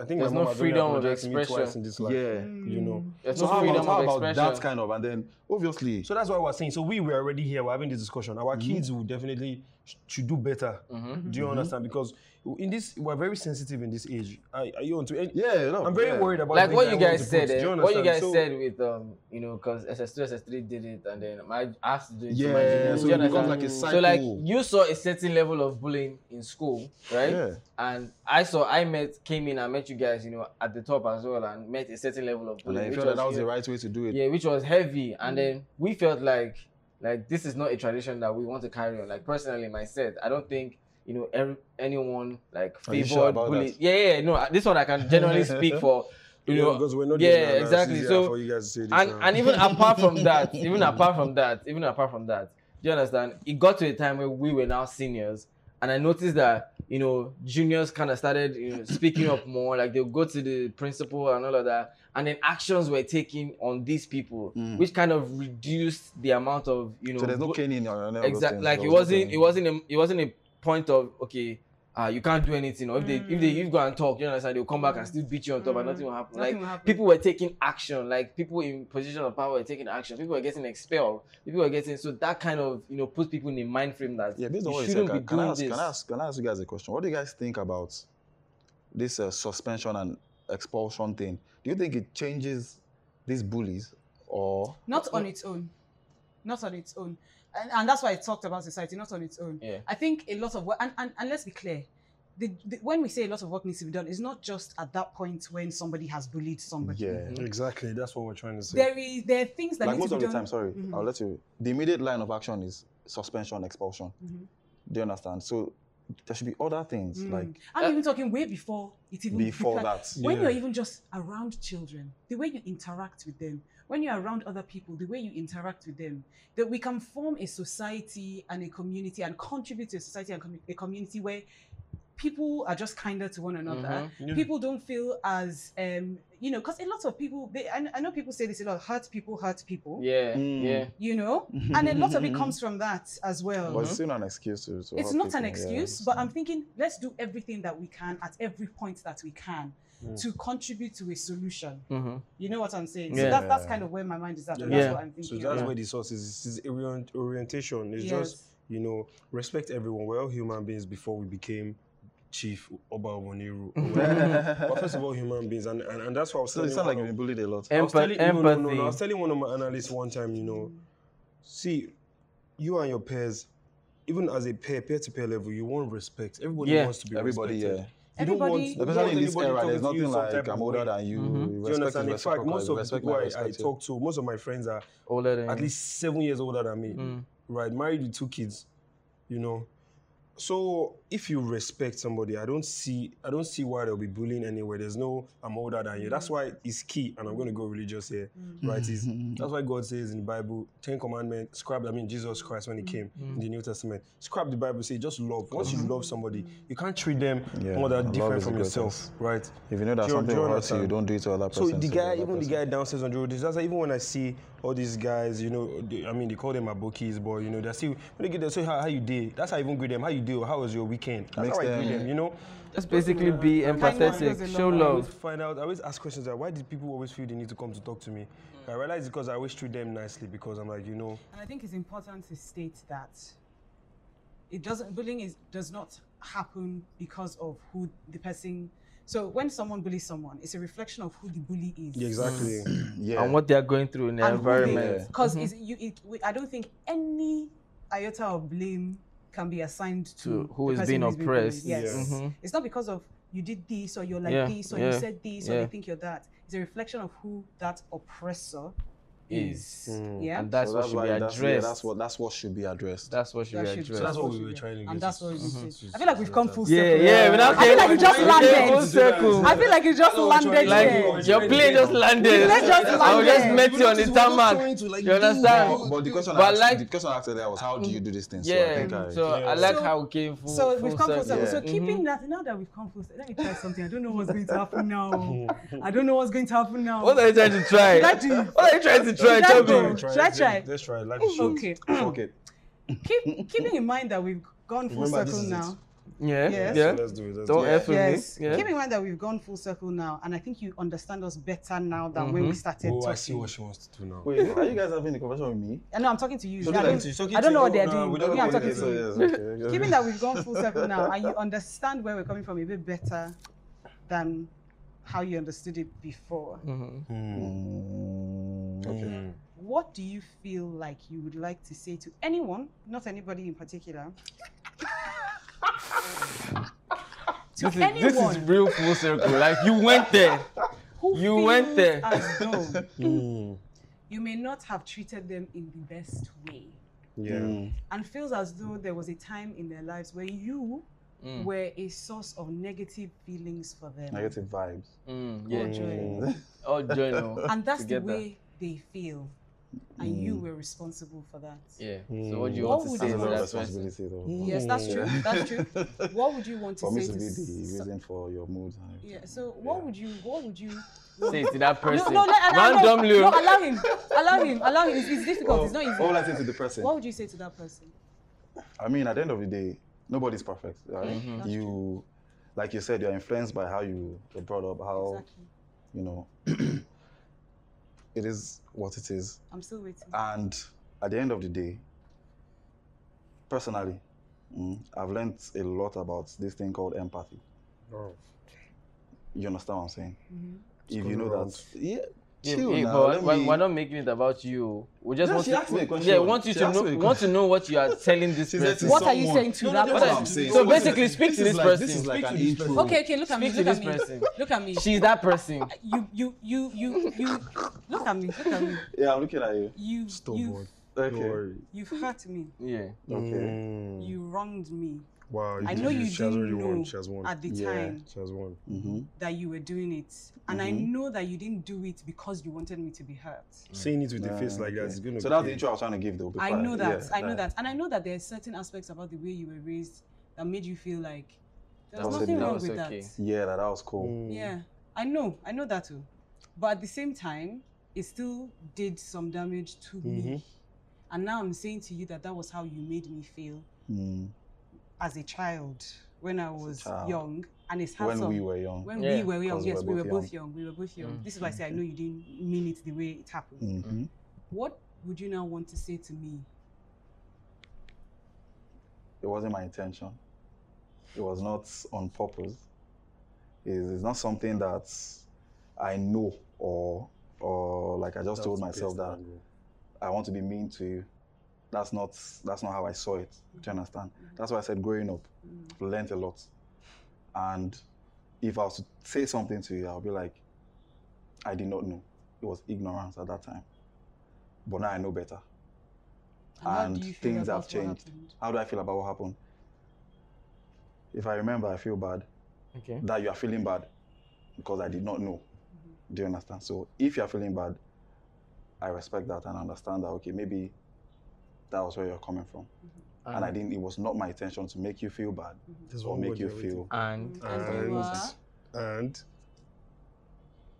D: I think
A: There's
D: my
A: no
D: mom has only
A: freedom of
D: apologized to me
A: expression.
D: twice in this life. you know.
A: There's
E: So
A: no
E: how
A: Mm. freedom
E: about, how
A: of
E: about that
A: expression.
E: kind of, and then obviously,
D: So that's why we're saying. So we were already here. We're having this discussion. Our
E: Mm-hmm.
D: kids will definitely sh- should do better.
A: Mm-hmm.
D: Do you understand? Because in this, we're very sensitive in this age. Are, are you on to?
E: yeah, no,
D: I'm very
E: yeah.
D: worried about
A: like
D: the
A: what
D: guy
A: you
D: I want
A: guys
D: to
A: said,
D: put. Do
A: eh,
D: you
A: what you
D: understand?
A: guys
D: So-
A: said with um, you know, because SS2, SS3 did it, and then my, I have to do it. to my
E: Yeah,
A: juniors.
E: so
A: Do you
E: it becomes
A: understand?
E: like a
A: So like
E: cycle.
A: you saw a certain level of bullying in school, right?
E: Yeah.
A: And I saw I met came in and met you guys, you know, at the top as well, and met a certain level of
E: And
A: bullying.
E: then you
A: which
E: feel that that
A: you
E: was the
A: know,
E: right way to do it.
A: yeah, which was heavy,
E: Mm.
A: and then we felt like like this is not a tradition that we want to carry on. Like personally, myself, I don't think you know every, anyone like
E: Are you
A: favored
E: sure about
A: bully.
E: that?
A: Yeah, yeah, no, I- this one I can
E: [LAUGHS]
A: generally speak for. You
D: Yeah,
A: know,
D: because we're not this
A: yeah,
D: now, now, it's
A: exactly.
D: easier
A: So
D: for you guys to say this
A: and
D: now.
A: and
E: [LAUGHS]
A: even apart from that, even apart from that, even apart from that, do you understand? It got to a time where we were now seniors, and I noticed that you know juniors kind of started you know, speaking up more, like they'll go to the principal and all of that, and then actions were taken on these people, which kind of reduced the amount of you know.
E: Mm. So there's no
A: bu-
E: caning or any of those
A: exactly
E: things.
A: like
E: There
A: it
E: was no
A: wasn't
E: caning.
A: it wasn't a, it wasn't a point of okay uh, you can't do anything or if they if they if you go and talk you understand they'll come back and still beat you on top and nothing will happen
C: Nothing
A: like
C: will happen.
A: people were taking action like people in position of power were taking action people were getting expelled people were getting so that kind of you know puts people in a mind frame that
E: Yeah, based on
A: you
E: what you said,
A: shouldn't be
E: can, can,
A: doing
E: I ask,
A: this
E: can, I ask, can I ask you guys a question? What do you guys think about this uh, suspension and expulsion thing? Do you think it changes these bullies or
C: Not on its own. Not on its own. And, and that's why I talked about society, not on its own.
A: Yeah.
C: I think a lot of work, and, and, and let's be clear, the, the, when we say a lot of work needs to be done, it's not just at that point when somebody has bullied somebody.
E: yeah?
D: Exactly. That's what we're trying to say.
C: There is there are things that
E: Like
C: need
E: most
C: to
E: of
C: be
E: the
C: done. Mm-hmm.
E: time, sorry, I'll let you. The immediate line of action is suspension, expulsion.
C: Mm-hmm.
E: Do you understand? So there should be other things
C: Mm.
E: like
C: [LAUGHS]
E: uh,
C: I'm even talking way before it even
E: before
C: began. [LAUGHS]
E: that.
C: When
D: Yeah.
C: you're even just around children, the way you interact with them, when you're around other people, the way you interact with them, that we can form a society and a community and contribute to a society and commu- a community where people are just kinder to one another.
A: Mhm.
D: Yeah.
C: People don't feel as um, you know, because a lot of people. They, I, I know people say this a lot: hurt people, hurt people.
A: Yeah,
E: Mm.
A: yeah.
C: You
E: [LAUGHS]
C: know, and a lot of it comes from that as well
E: But it's still not an excuse to. to
C: it's
E: hurt
C: not an
E: people, yeah,
C: excuse,
E: so-
C: but
E: [LAUGHS]
C: I'm thinking let's do everything that we can at every point that we can
E: Mm.
C: to contribute to a solution.
A: Mhm.
C: You know what I'm saying? So
A: Yeah.
C: that's, that's kind of where my mind is at. and
D: Yeah.
C: That's what I'm
D: So
C: thinking.
D: that's
C: about.
D: where the source is. It's, it's orient, orientation. It's just
C: Yes.
D: you know respect everyone. We're all human beings before we became chief Oba of Oniru.
E: [LAUGHS]
D: or whatever. [LAUGHS] but first of all, human beings, and and, and that's why I was
E: So it
D: telling one
E: sounds like you've
D: of-
E: been bullied a lot.
D: I was
A: Empa-
D: telling- no, no, no, no, I was
A: empathy.
D: telling one of my analysts one time, you know, see, you and your peers, even as a pair, peer to peer level, you want respect. Everybody
A: Yeah.
D: wants to be
E: Everybody,
D: respected.
E: yeah.
D: You don't want-
C: Everybody-
D: you don't
E: Especially in
D: want
E: this
D: anybody
E: era, there's
D: talking to you some
E: nothing
D: type
E: like
D: of
E: I'm older
D: way.
E: than you.
A: Mhm.
D: Do
E: Respect
D: you
E: is
D: understand? In fact,
E: reciprocal,
D: most of the
E: respect
D: people
E: my
D: I, I
E: respect you.
D: talk to, most of my friends are
A: Older than
E: Mm.
D: at
A: you.
D: least seven years older than me,
A: Mm.
D: right? Married with two kids, you know. So if you respect somebody, I don't see I don't see why there'll be bullying anywhere. There's no I'm older than you. That's why it's key, and I'm going to go religious here, right? Is
E: Mm.
D: that's why God says in the Bible, Ten Commandments, scrap. I mean Jesus Christ when He came
E: Mm.
D: in the New Testament, scrap the Bible. Say Mm. just love. Once you love Mm. somebody, you can't treat them
E: Yeah,
D: more than
E: love
D: different
E: is the
D: from yourself,
E: greatest.
D: right?
E: If you know that
D: Do you-
E: something
D: do you
E: will hurt you, you
D: understand?
E: don't do it to other
D: So
E: person.
D: the
E: to
D: guy,
E: other
D: even the
E: person.
D: guy downstairs on the road, that's like even when I see all these guys, you know, they, I mean, they call them abokis, but you know, they still when they get there, so how, how you did? That's how I even greet them. How you do? How was your weekend? That's
E: Makes
D: how I greet
E: them-
D: them. You know,
A: Just basically be
C: goes a
A: empathetic,
C: long
A: show
C: way.
D: I always
A: love.
D: find out. I always ask questions like, why did people always feel they need to come to talk to me? I realize because I always treat them nicely because I'm like, you know,
C: And I think it's important to state that it doesn't bullying is does not happen because of who the person. So when someone bullies someone, it's a reflection of who the bully is.
D: exactly.
E: yeah.
A: And what they are going through in the environment.
C: Because you, it, we, I don't think any iota of blame can be assigned to,
A: To who
C: the
A: is
C: person
A: being
C: who's
A: oppressed.
C: bullied. yes,
A: Yeah. Mhm.
C: it's not because of you did this or you're like
A: Yeah,
C: this or
A: yeah,
C: you said this or
A: yeah.
C: they think you're that. It's a reflection of who that oppressor
A: Is. Mm.
C: is. Yeah,
A: And that's
E: So
A: what should
E: why-
A: be
E: that's- yeah,
A: addressed.
E: that's what that's what should be addressed.
A: That's what should
C: That
A: be
C: should-
A: addressed.
C: so that's
D: That's what
C: what
D: we were
C: we-
D: trying to
C: and
D: get.
C: that's what we
D: to.
C: did. I feel like we've come full
A: Yeah,
C: circle.
A: yeah. we now
C: I feel like we just
A: came full
C: landed.
A: circle.
C: I feel like you just landed
A: Like
C: here.
A: your plane just landed.
C: plane just
A: I was just
C: landed.
A: met you on the
D: We're not
A: tarmac.
D: trying to, like,
A: You
D: do-
E: But,
A: understand?
E: but the question,
A: But
E: I asked,
A: like-
E: the question I asked earlier was, how do you do this thing? So I
A: Yeah.
E: think I,
A: So I
D: Yeah.
A: like
C: So-
A: how we came full.
C: So we've come full circle.
E: circle.
C: So
E: Yeah.
C: keeping
D: Mm-hmm.
C: that now that we've come full circle, let me try something. I don't know what's going to happen
D: [LAUGHS]
C: now. I don't know what's going to happen now.
A: What are you trying to try?
C: Should I
A: [LAUGHS]
C: do-
A: What are you trying to try?
C: Should I
A: Tell
C: go?
A: me.
D: Try,
C: Should I
D: let's-
C: try?
D: Let's try. Life is short.
C: Okay.
E: fuck it.
C: Keep keeping in mind that we've gone full
D: Remember, this
C: circle
D: is
C: now.
A: Yeah.
C: Yes.
D: So
A: Yeah.
D: let's do it. Let's
A: Don't
D: do it.
A: F with
C: Yes.
A: me. Yeah.
C: Keep in mind that we've gone full circle now, and I think you understand us better now than when
A: Mm-hmm.
C: we started
D: Oh,
C: talking.
D: I see what she wants to do now.
E: Wait, are you guys having a conversation with me?
C: I know I'm talking to you.
E: Don't
C: I
E: do
C: don't,
E: that. She's
D: talking
C: I don't
D: to
C: know
D: you.
C: what they're
D: No,
C: doing.
D: we
C: but
D: don't
C: me, I'm
D: know what
C: talking
D: it
C: to you.
E: yes, okay.
C: Given that we've gone full circle now, and
D: [LAUGHS]
C: you understand where we're coming from a bit better than how you understood it before,
E: Mm, okay.
C: what do you feel like you would like to say to anyone, not anybody
A: [LAUGHS]
C: in particular? to
A: This is,
C: anyone
A: this is real full circle. Like you went there.
C: who
A: you went
C: feels
A: there. [LAUGHS]
C: as though
D: Mm.
C: you may not have treated them in the best way
D: Yeah.
E: Mm.
C: and feels as though there was a time in their lives where you
A: Mm.
C: were a source of negative feelings for them.
E: Negative vibes.
A: Mm,
C: Or
A: yeah. Oh,
C: joy.
A: All journal.
C: And that's
A: Together.
C: the way they feel. And you were responsible for that.
A: Yeah. So what do you
C: What
A: want to say
C: would
E: That's
C: you
A: to
E: a lot of
A: that person?
E: responsibility, though.
C: Yes, that's true. That's
E: [LAUGHS]
C: true. What would you want to
E: For
C: say
E: me to be
C: to s-
E: the
C: so-
E: reason for your mood. And everything.
C: Yeah, so what would you what would you
A: Say it to that
C: No,
A: person.
C: no, let, allow, no,
A: Randomly. oh.
C: no, allow him. Allow him. Allow him. It's, it's difficult. it's not easy.
E: All I say to the person.
C: What would you say to that person?
E: I mean, at the end of the day, nobody's perfect, right?
C: Mm-hmm.
E: You, like you said, you're influenced by how you were brought up, how
C: Exactly.
E: you know. [CLEARS THROAT] it is what it is,
C: I'm still waiting.
E: and at the end of the day, personally, mm, I've learned a lot about this thing called empathy.
D: Oh.
E: You understand what I'm saying?
D: Mm-hmm.
E: If you know
D: around.
E: that, yeah.
A: Yeah,
E: Chill
A: yeah,
E: now,
A: but
E: let
A: why,
E: me-
A: why not making it about you? We just
E: No,
A: want
E: she
A: to,
E: asked me a question.
A: yeah, want you
E: She
A: to
E: asked
A: know,
E: me a
A: want to know what you are telling this
E: She said
A: person.
E: to
C: What are you
E: someone-
C: saying to
E: No, no,
C: that
E: that's
A: person?
E: what I'm saying.
A: So
E: this is-
A: basically, speak
E: this
A: to
E: is
A: this
E: like- This
A: person.
E: is like
D: Speak
E: an
D: to this person.
E: intro.
C: Okay, okay, look at me.
A: Speak to
C: Look at
A: this
C: me.
A: person.
C: Look at me.
A: She's that person.
C: You you you you you look at me. Look at me.
E: Yeah, I'm looking at you. [LAUGHS]
C: You you
D: Stubborn.
E: Okay.
D: Don't worry.
C: You've hurt me.
A: Yeah.
E: Okay.
D: Mm.
C: You wronged me.
D: Wow.
C: I know you
D: she has already
C: didn't know
D: won. She has won.
C: at the
E: Yeah.
C: time
D: She has won.
E: Mm-hmm.
C: that you were doing it, and I know that you didn't do it because you wanted me to be hurt.
D: Saying it with the face like that is gonna.
E: So that's
D: be-
E: the intro I was trying to give though.
C: I
E: before
C: know that.
E: yeah.
C: I know that. And I know that there are certain aspects about the way you were raised that made you feel like there's
E: That was
C: nothing
E: it, that
C: wrong
A: was
C: with
A: okay.
C: that.
E: Yeah, that, that was cool.
D: Mm.
C: Yeah, I know, I know that too. But at the same time, it still did some damage to
E: Mm-hmm.
C: me. And now I'm saying to you that that was how you made me feel
E: Mm.
C: as a child when I was
E: child.
C: young. And it's
E: When
C: handsome.
E: we were young.
C: When
A: Yeah,
C: we were young,
E: 'cause we
C: yes, we
E: were
C: were
E: both Mm-hmm.
C: both young. We were both young. This is why I say I know you didn't mean it the way it happened.
E: Mhm.
C: What would you now want to say to me?
E: It wasn't my intention. It was not on purpose. It's, it's not something that I know or or like I just
D: That's
E: told
D: the
E: myself
D: best
E: that
D: angle.
E: I want to be mean to you. That's not that's not how I saw it. Do you understand? That's why I said growing up, I've learned a lot. And if I was to say something to you, I'll be like, I did not know. It was ignorance at that time. But now I know better.
C: And how do
E: And
C: you feel
E: things
C: about
E: have
C: what
E: changed.
C: happened?
E: How do I feel about what happened? If I remember, I feel bad
A: Okay.
E: that you are feeling bad because I did not know. Do you understand? So if you are feeling bad, I respect that and understand that. Okay, maybe that was where you're coming from, and I didn't. It was not my intention to make you feel bad
D: There's
E: or
D: one
E: make
D: word
E: you
D: you're waiting
E: feel.
A: And
C: And you
D: And-
C: are-
D: And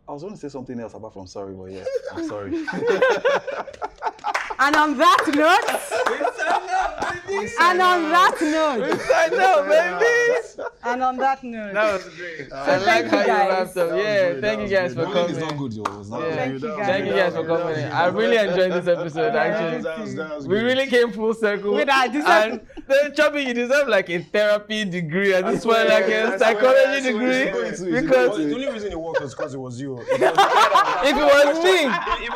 E: I was going to say something else apart from sorry, but yeah, I'm sorry.
C: And on that note, and on that note,
A: I know, baby.
C: and on that note,
A: I like
C: you
A: how you
C: guys.
A: wrapped up. Yeah, thank you guys for
E: It's not
A: coming.
E: good, yo. It's not
A: Yeah.
E: good.
C: thank you guys.
A: Thank you guys for coming. I really enjoyed this episode. Actually, we really came full circle.
C: Wait, I deserve-
A: And then, Chubby, you deserve like a therapy degree at this point, like a psychology degree.
D: Because
A: Because
D: the only reason it worked was because it was you. It
A: if it was me,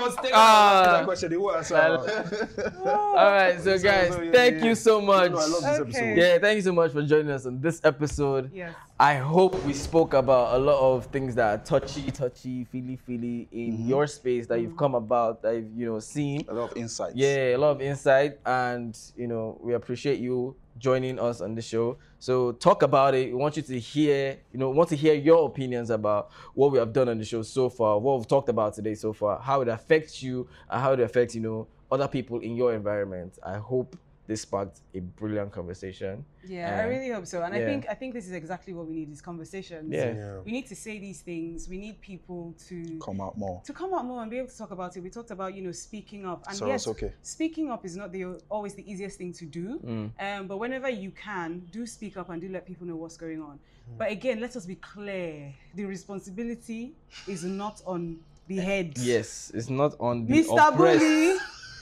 D: was
A: Ah.
D: that question. It was answer.
A: all right. So, guys,
D: yeah,
A: thank
D: yeah.
A: you so much.
D: No, I love this episode.
C: Okay.
A: Yeah, thank you so much for joining us on this episode.
C: Yes.
A: I hope we spoke about a lot of things that are touchy, touchy, feely, feely in your space that you've come about, that you've you know seen.
E: A lot of insights.
A: Yeah, a lot of insight, and you know we appreciate you joining us on the show. So talk about it. We want you to hear, you know, we want to hear your opinions about what we have done on the show so far, what we've talked about today so far, how it affects you, and how it affects you know other people in your environment. I hope this sparked a brilliant conversation.
C: Yeah, I
A: Uh,
C: really hope so. And I
A: yeah.
C: think I think this is exactly what we need is conversations.
A: Yeah.
D: Yeah.
C: We need to say these things. We need people to
E: Come out more.
C: to come out more and be able to talk about it. We talked about, you know, speaking up. And
E: So
C: yes,
E: it's okay.
C: speaking up is not the always the easiest thing to do.
A: Mm.
C: Um, but whenever you can, do speak up and do let people know what's going on.
A: Mm.
C: But again, let us be clear. The responsibility is not on the head.
A: Yes, it's not on the
C: Mr.
A: Eh, oppressed.
C: Bully,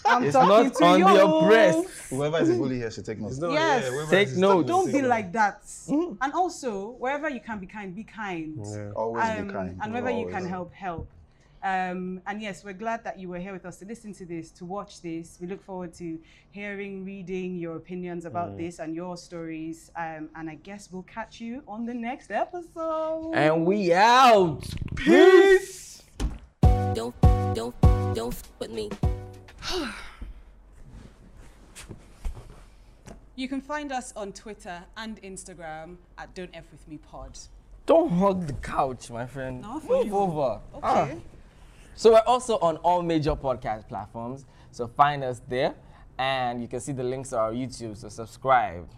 C: I'm
A: It's
C: talking
A: not
C: to
A: on
C: you.
A: the oppressed.
E: Whoever is a bully here should take notes.
D: No,
C: Yes.
D: yeah, whoever
A: Take
D: is-
A: notes.
C: Don't be
D: Yeah.
C: like that.
A: Mm.
C: And also, wherever you can be kind, be kind.
D: Yeah.
E: Always
C: Um,
E: be kind.
C: And whether you can
E: Always.
C: help, help. Um, and yes, we're glad that you were here with us to listen to this, to watch this. We look forward to hearing, reading your opinions about this and your stories. Um, and I guess we'll catch you on the next episode.
A: And we out. Peace.
B: Don't, don't, don't f- with me.
C: You can find us on Twitter and Instagram at Don't F With Me Pod.
A: Don't hug the couch, my friend.
C: No, for
A: Move
C: you.
A: over.
C: Okay.
A: Ah. So we're also on all major podcast platforms. So find us there, and you can see the links to our YouTube. So subscribe,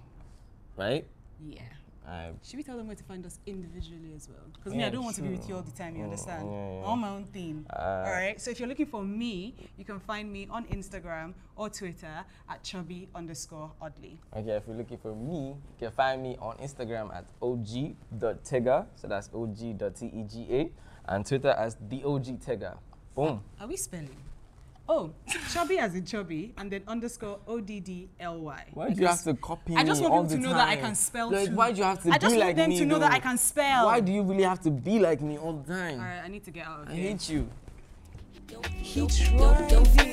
A: right?
C: Yeah.
A: Alright.
C: Should we tell them where to find us individually as well? Because me, I
A: Yeah,
C: don't want to be with you all the time, you understand? I want my own thing.
A: Uh,
C: all right. So if you're looking for me, you can find me on Instagram or Twitter at chubby underscore oddly.
A: Okay, if you're looking for me, you can find me on Instagram at og.tega. E So that's og.tega, E and Twitter as the og tega. E Boom.
C: Are we spelling? Oh, [LAUGHS] chubby as in chubby and then underscore O D D L Y.
A: Why do you have to copy
C: I just
A: me
C: want
A: all
C: people to
A: the
C: know that I
A: time?
C: can spell
A: Like,
C: too.
A: Why do you have to
C: I
A: be
C: just want
A: like
C: them
A: me,
C: to know that I
A: though?
C: can spell.
A: Why do you really have to be like me all the time?
C: all right, I need to get out of
A: I
C: here.
A: hate you.
B: Don't, don't, don't, don't, don't,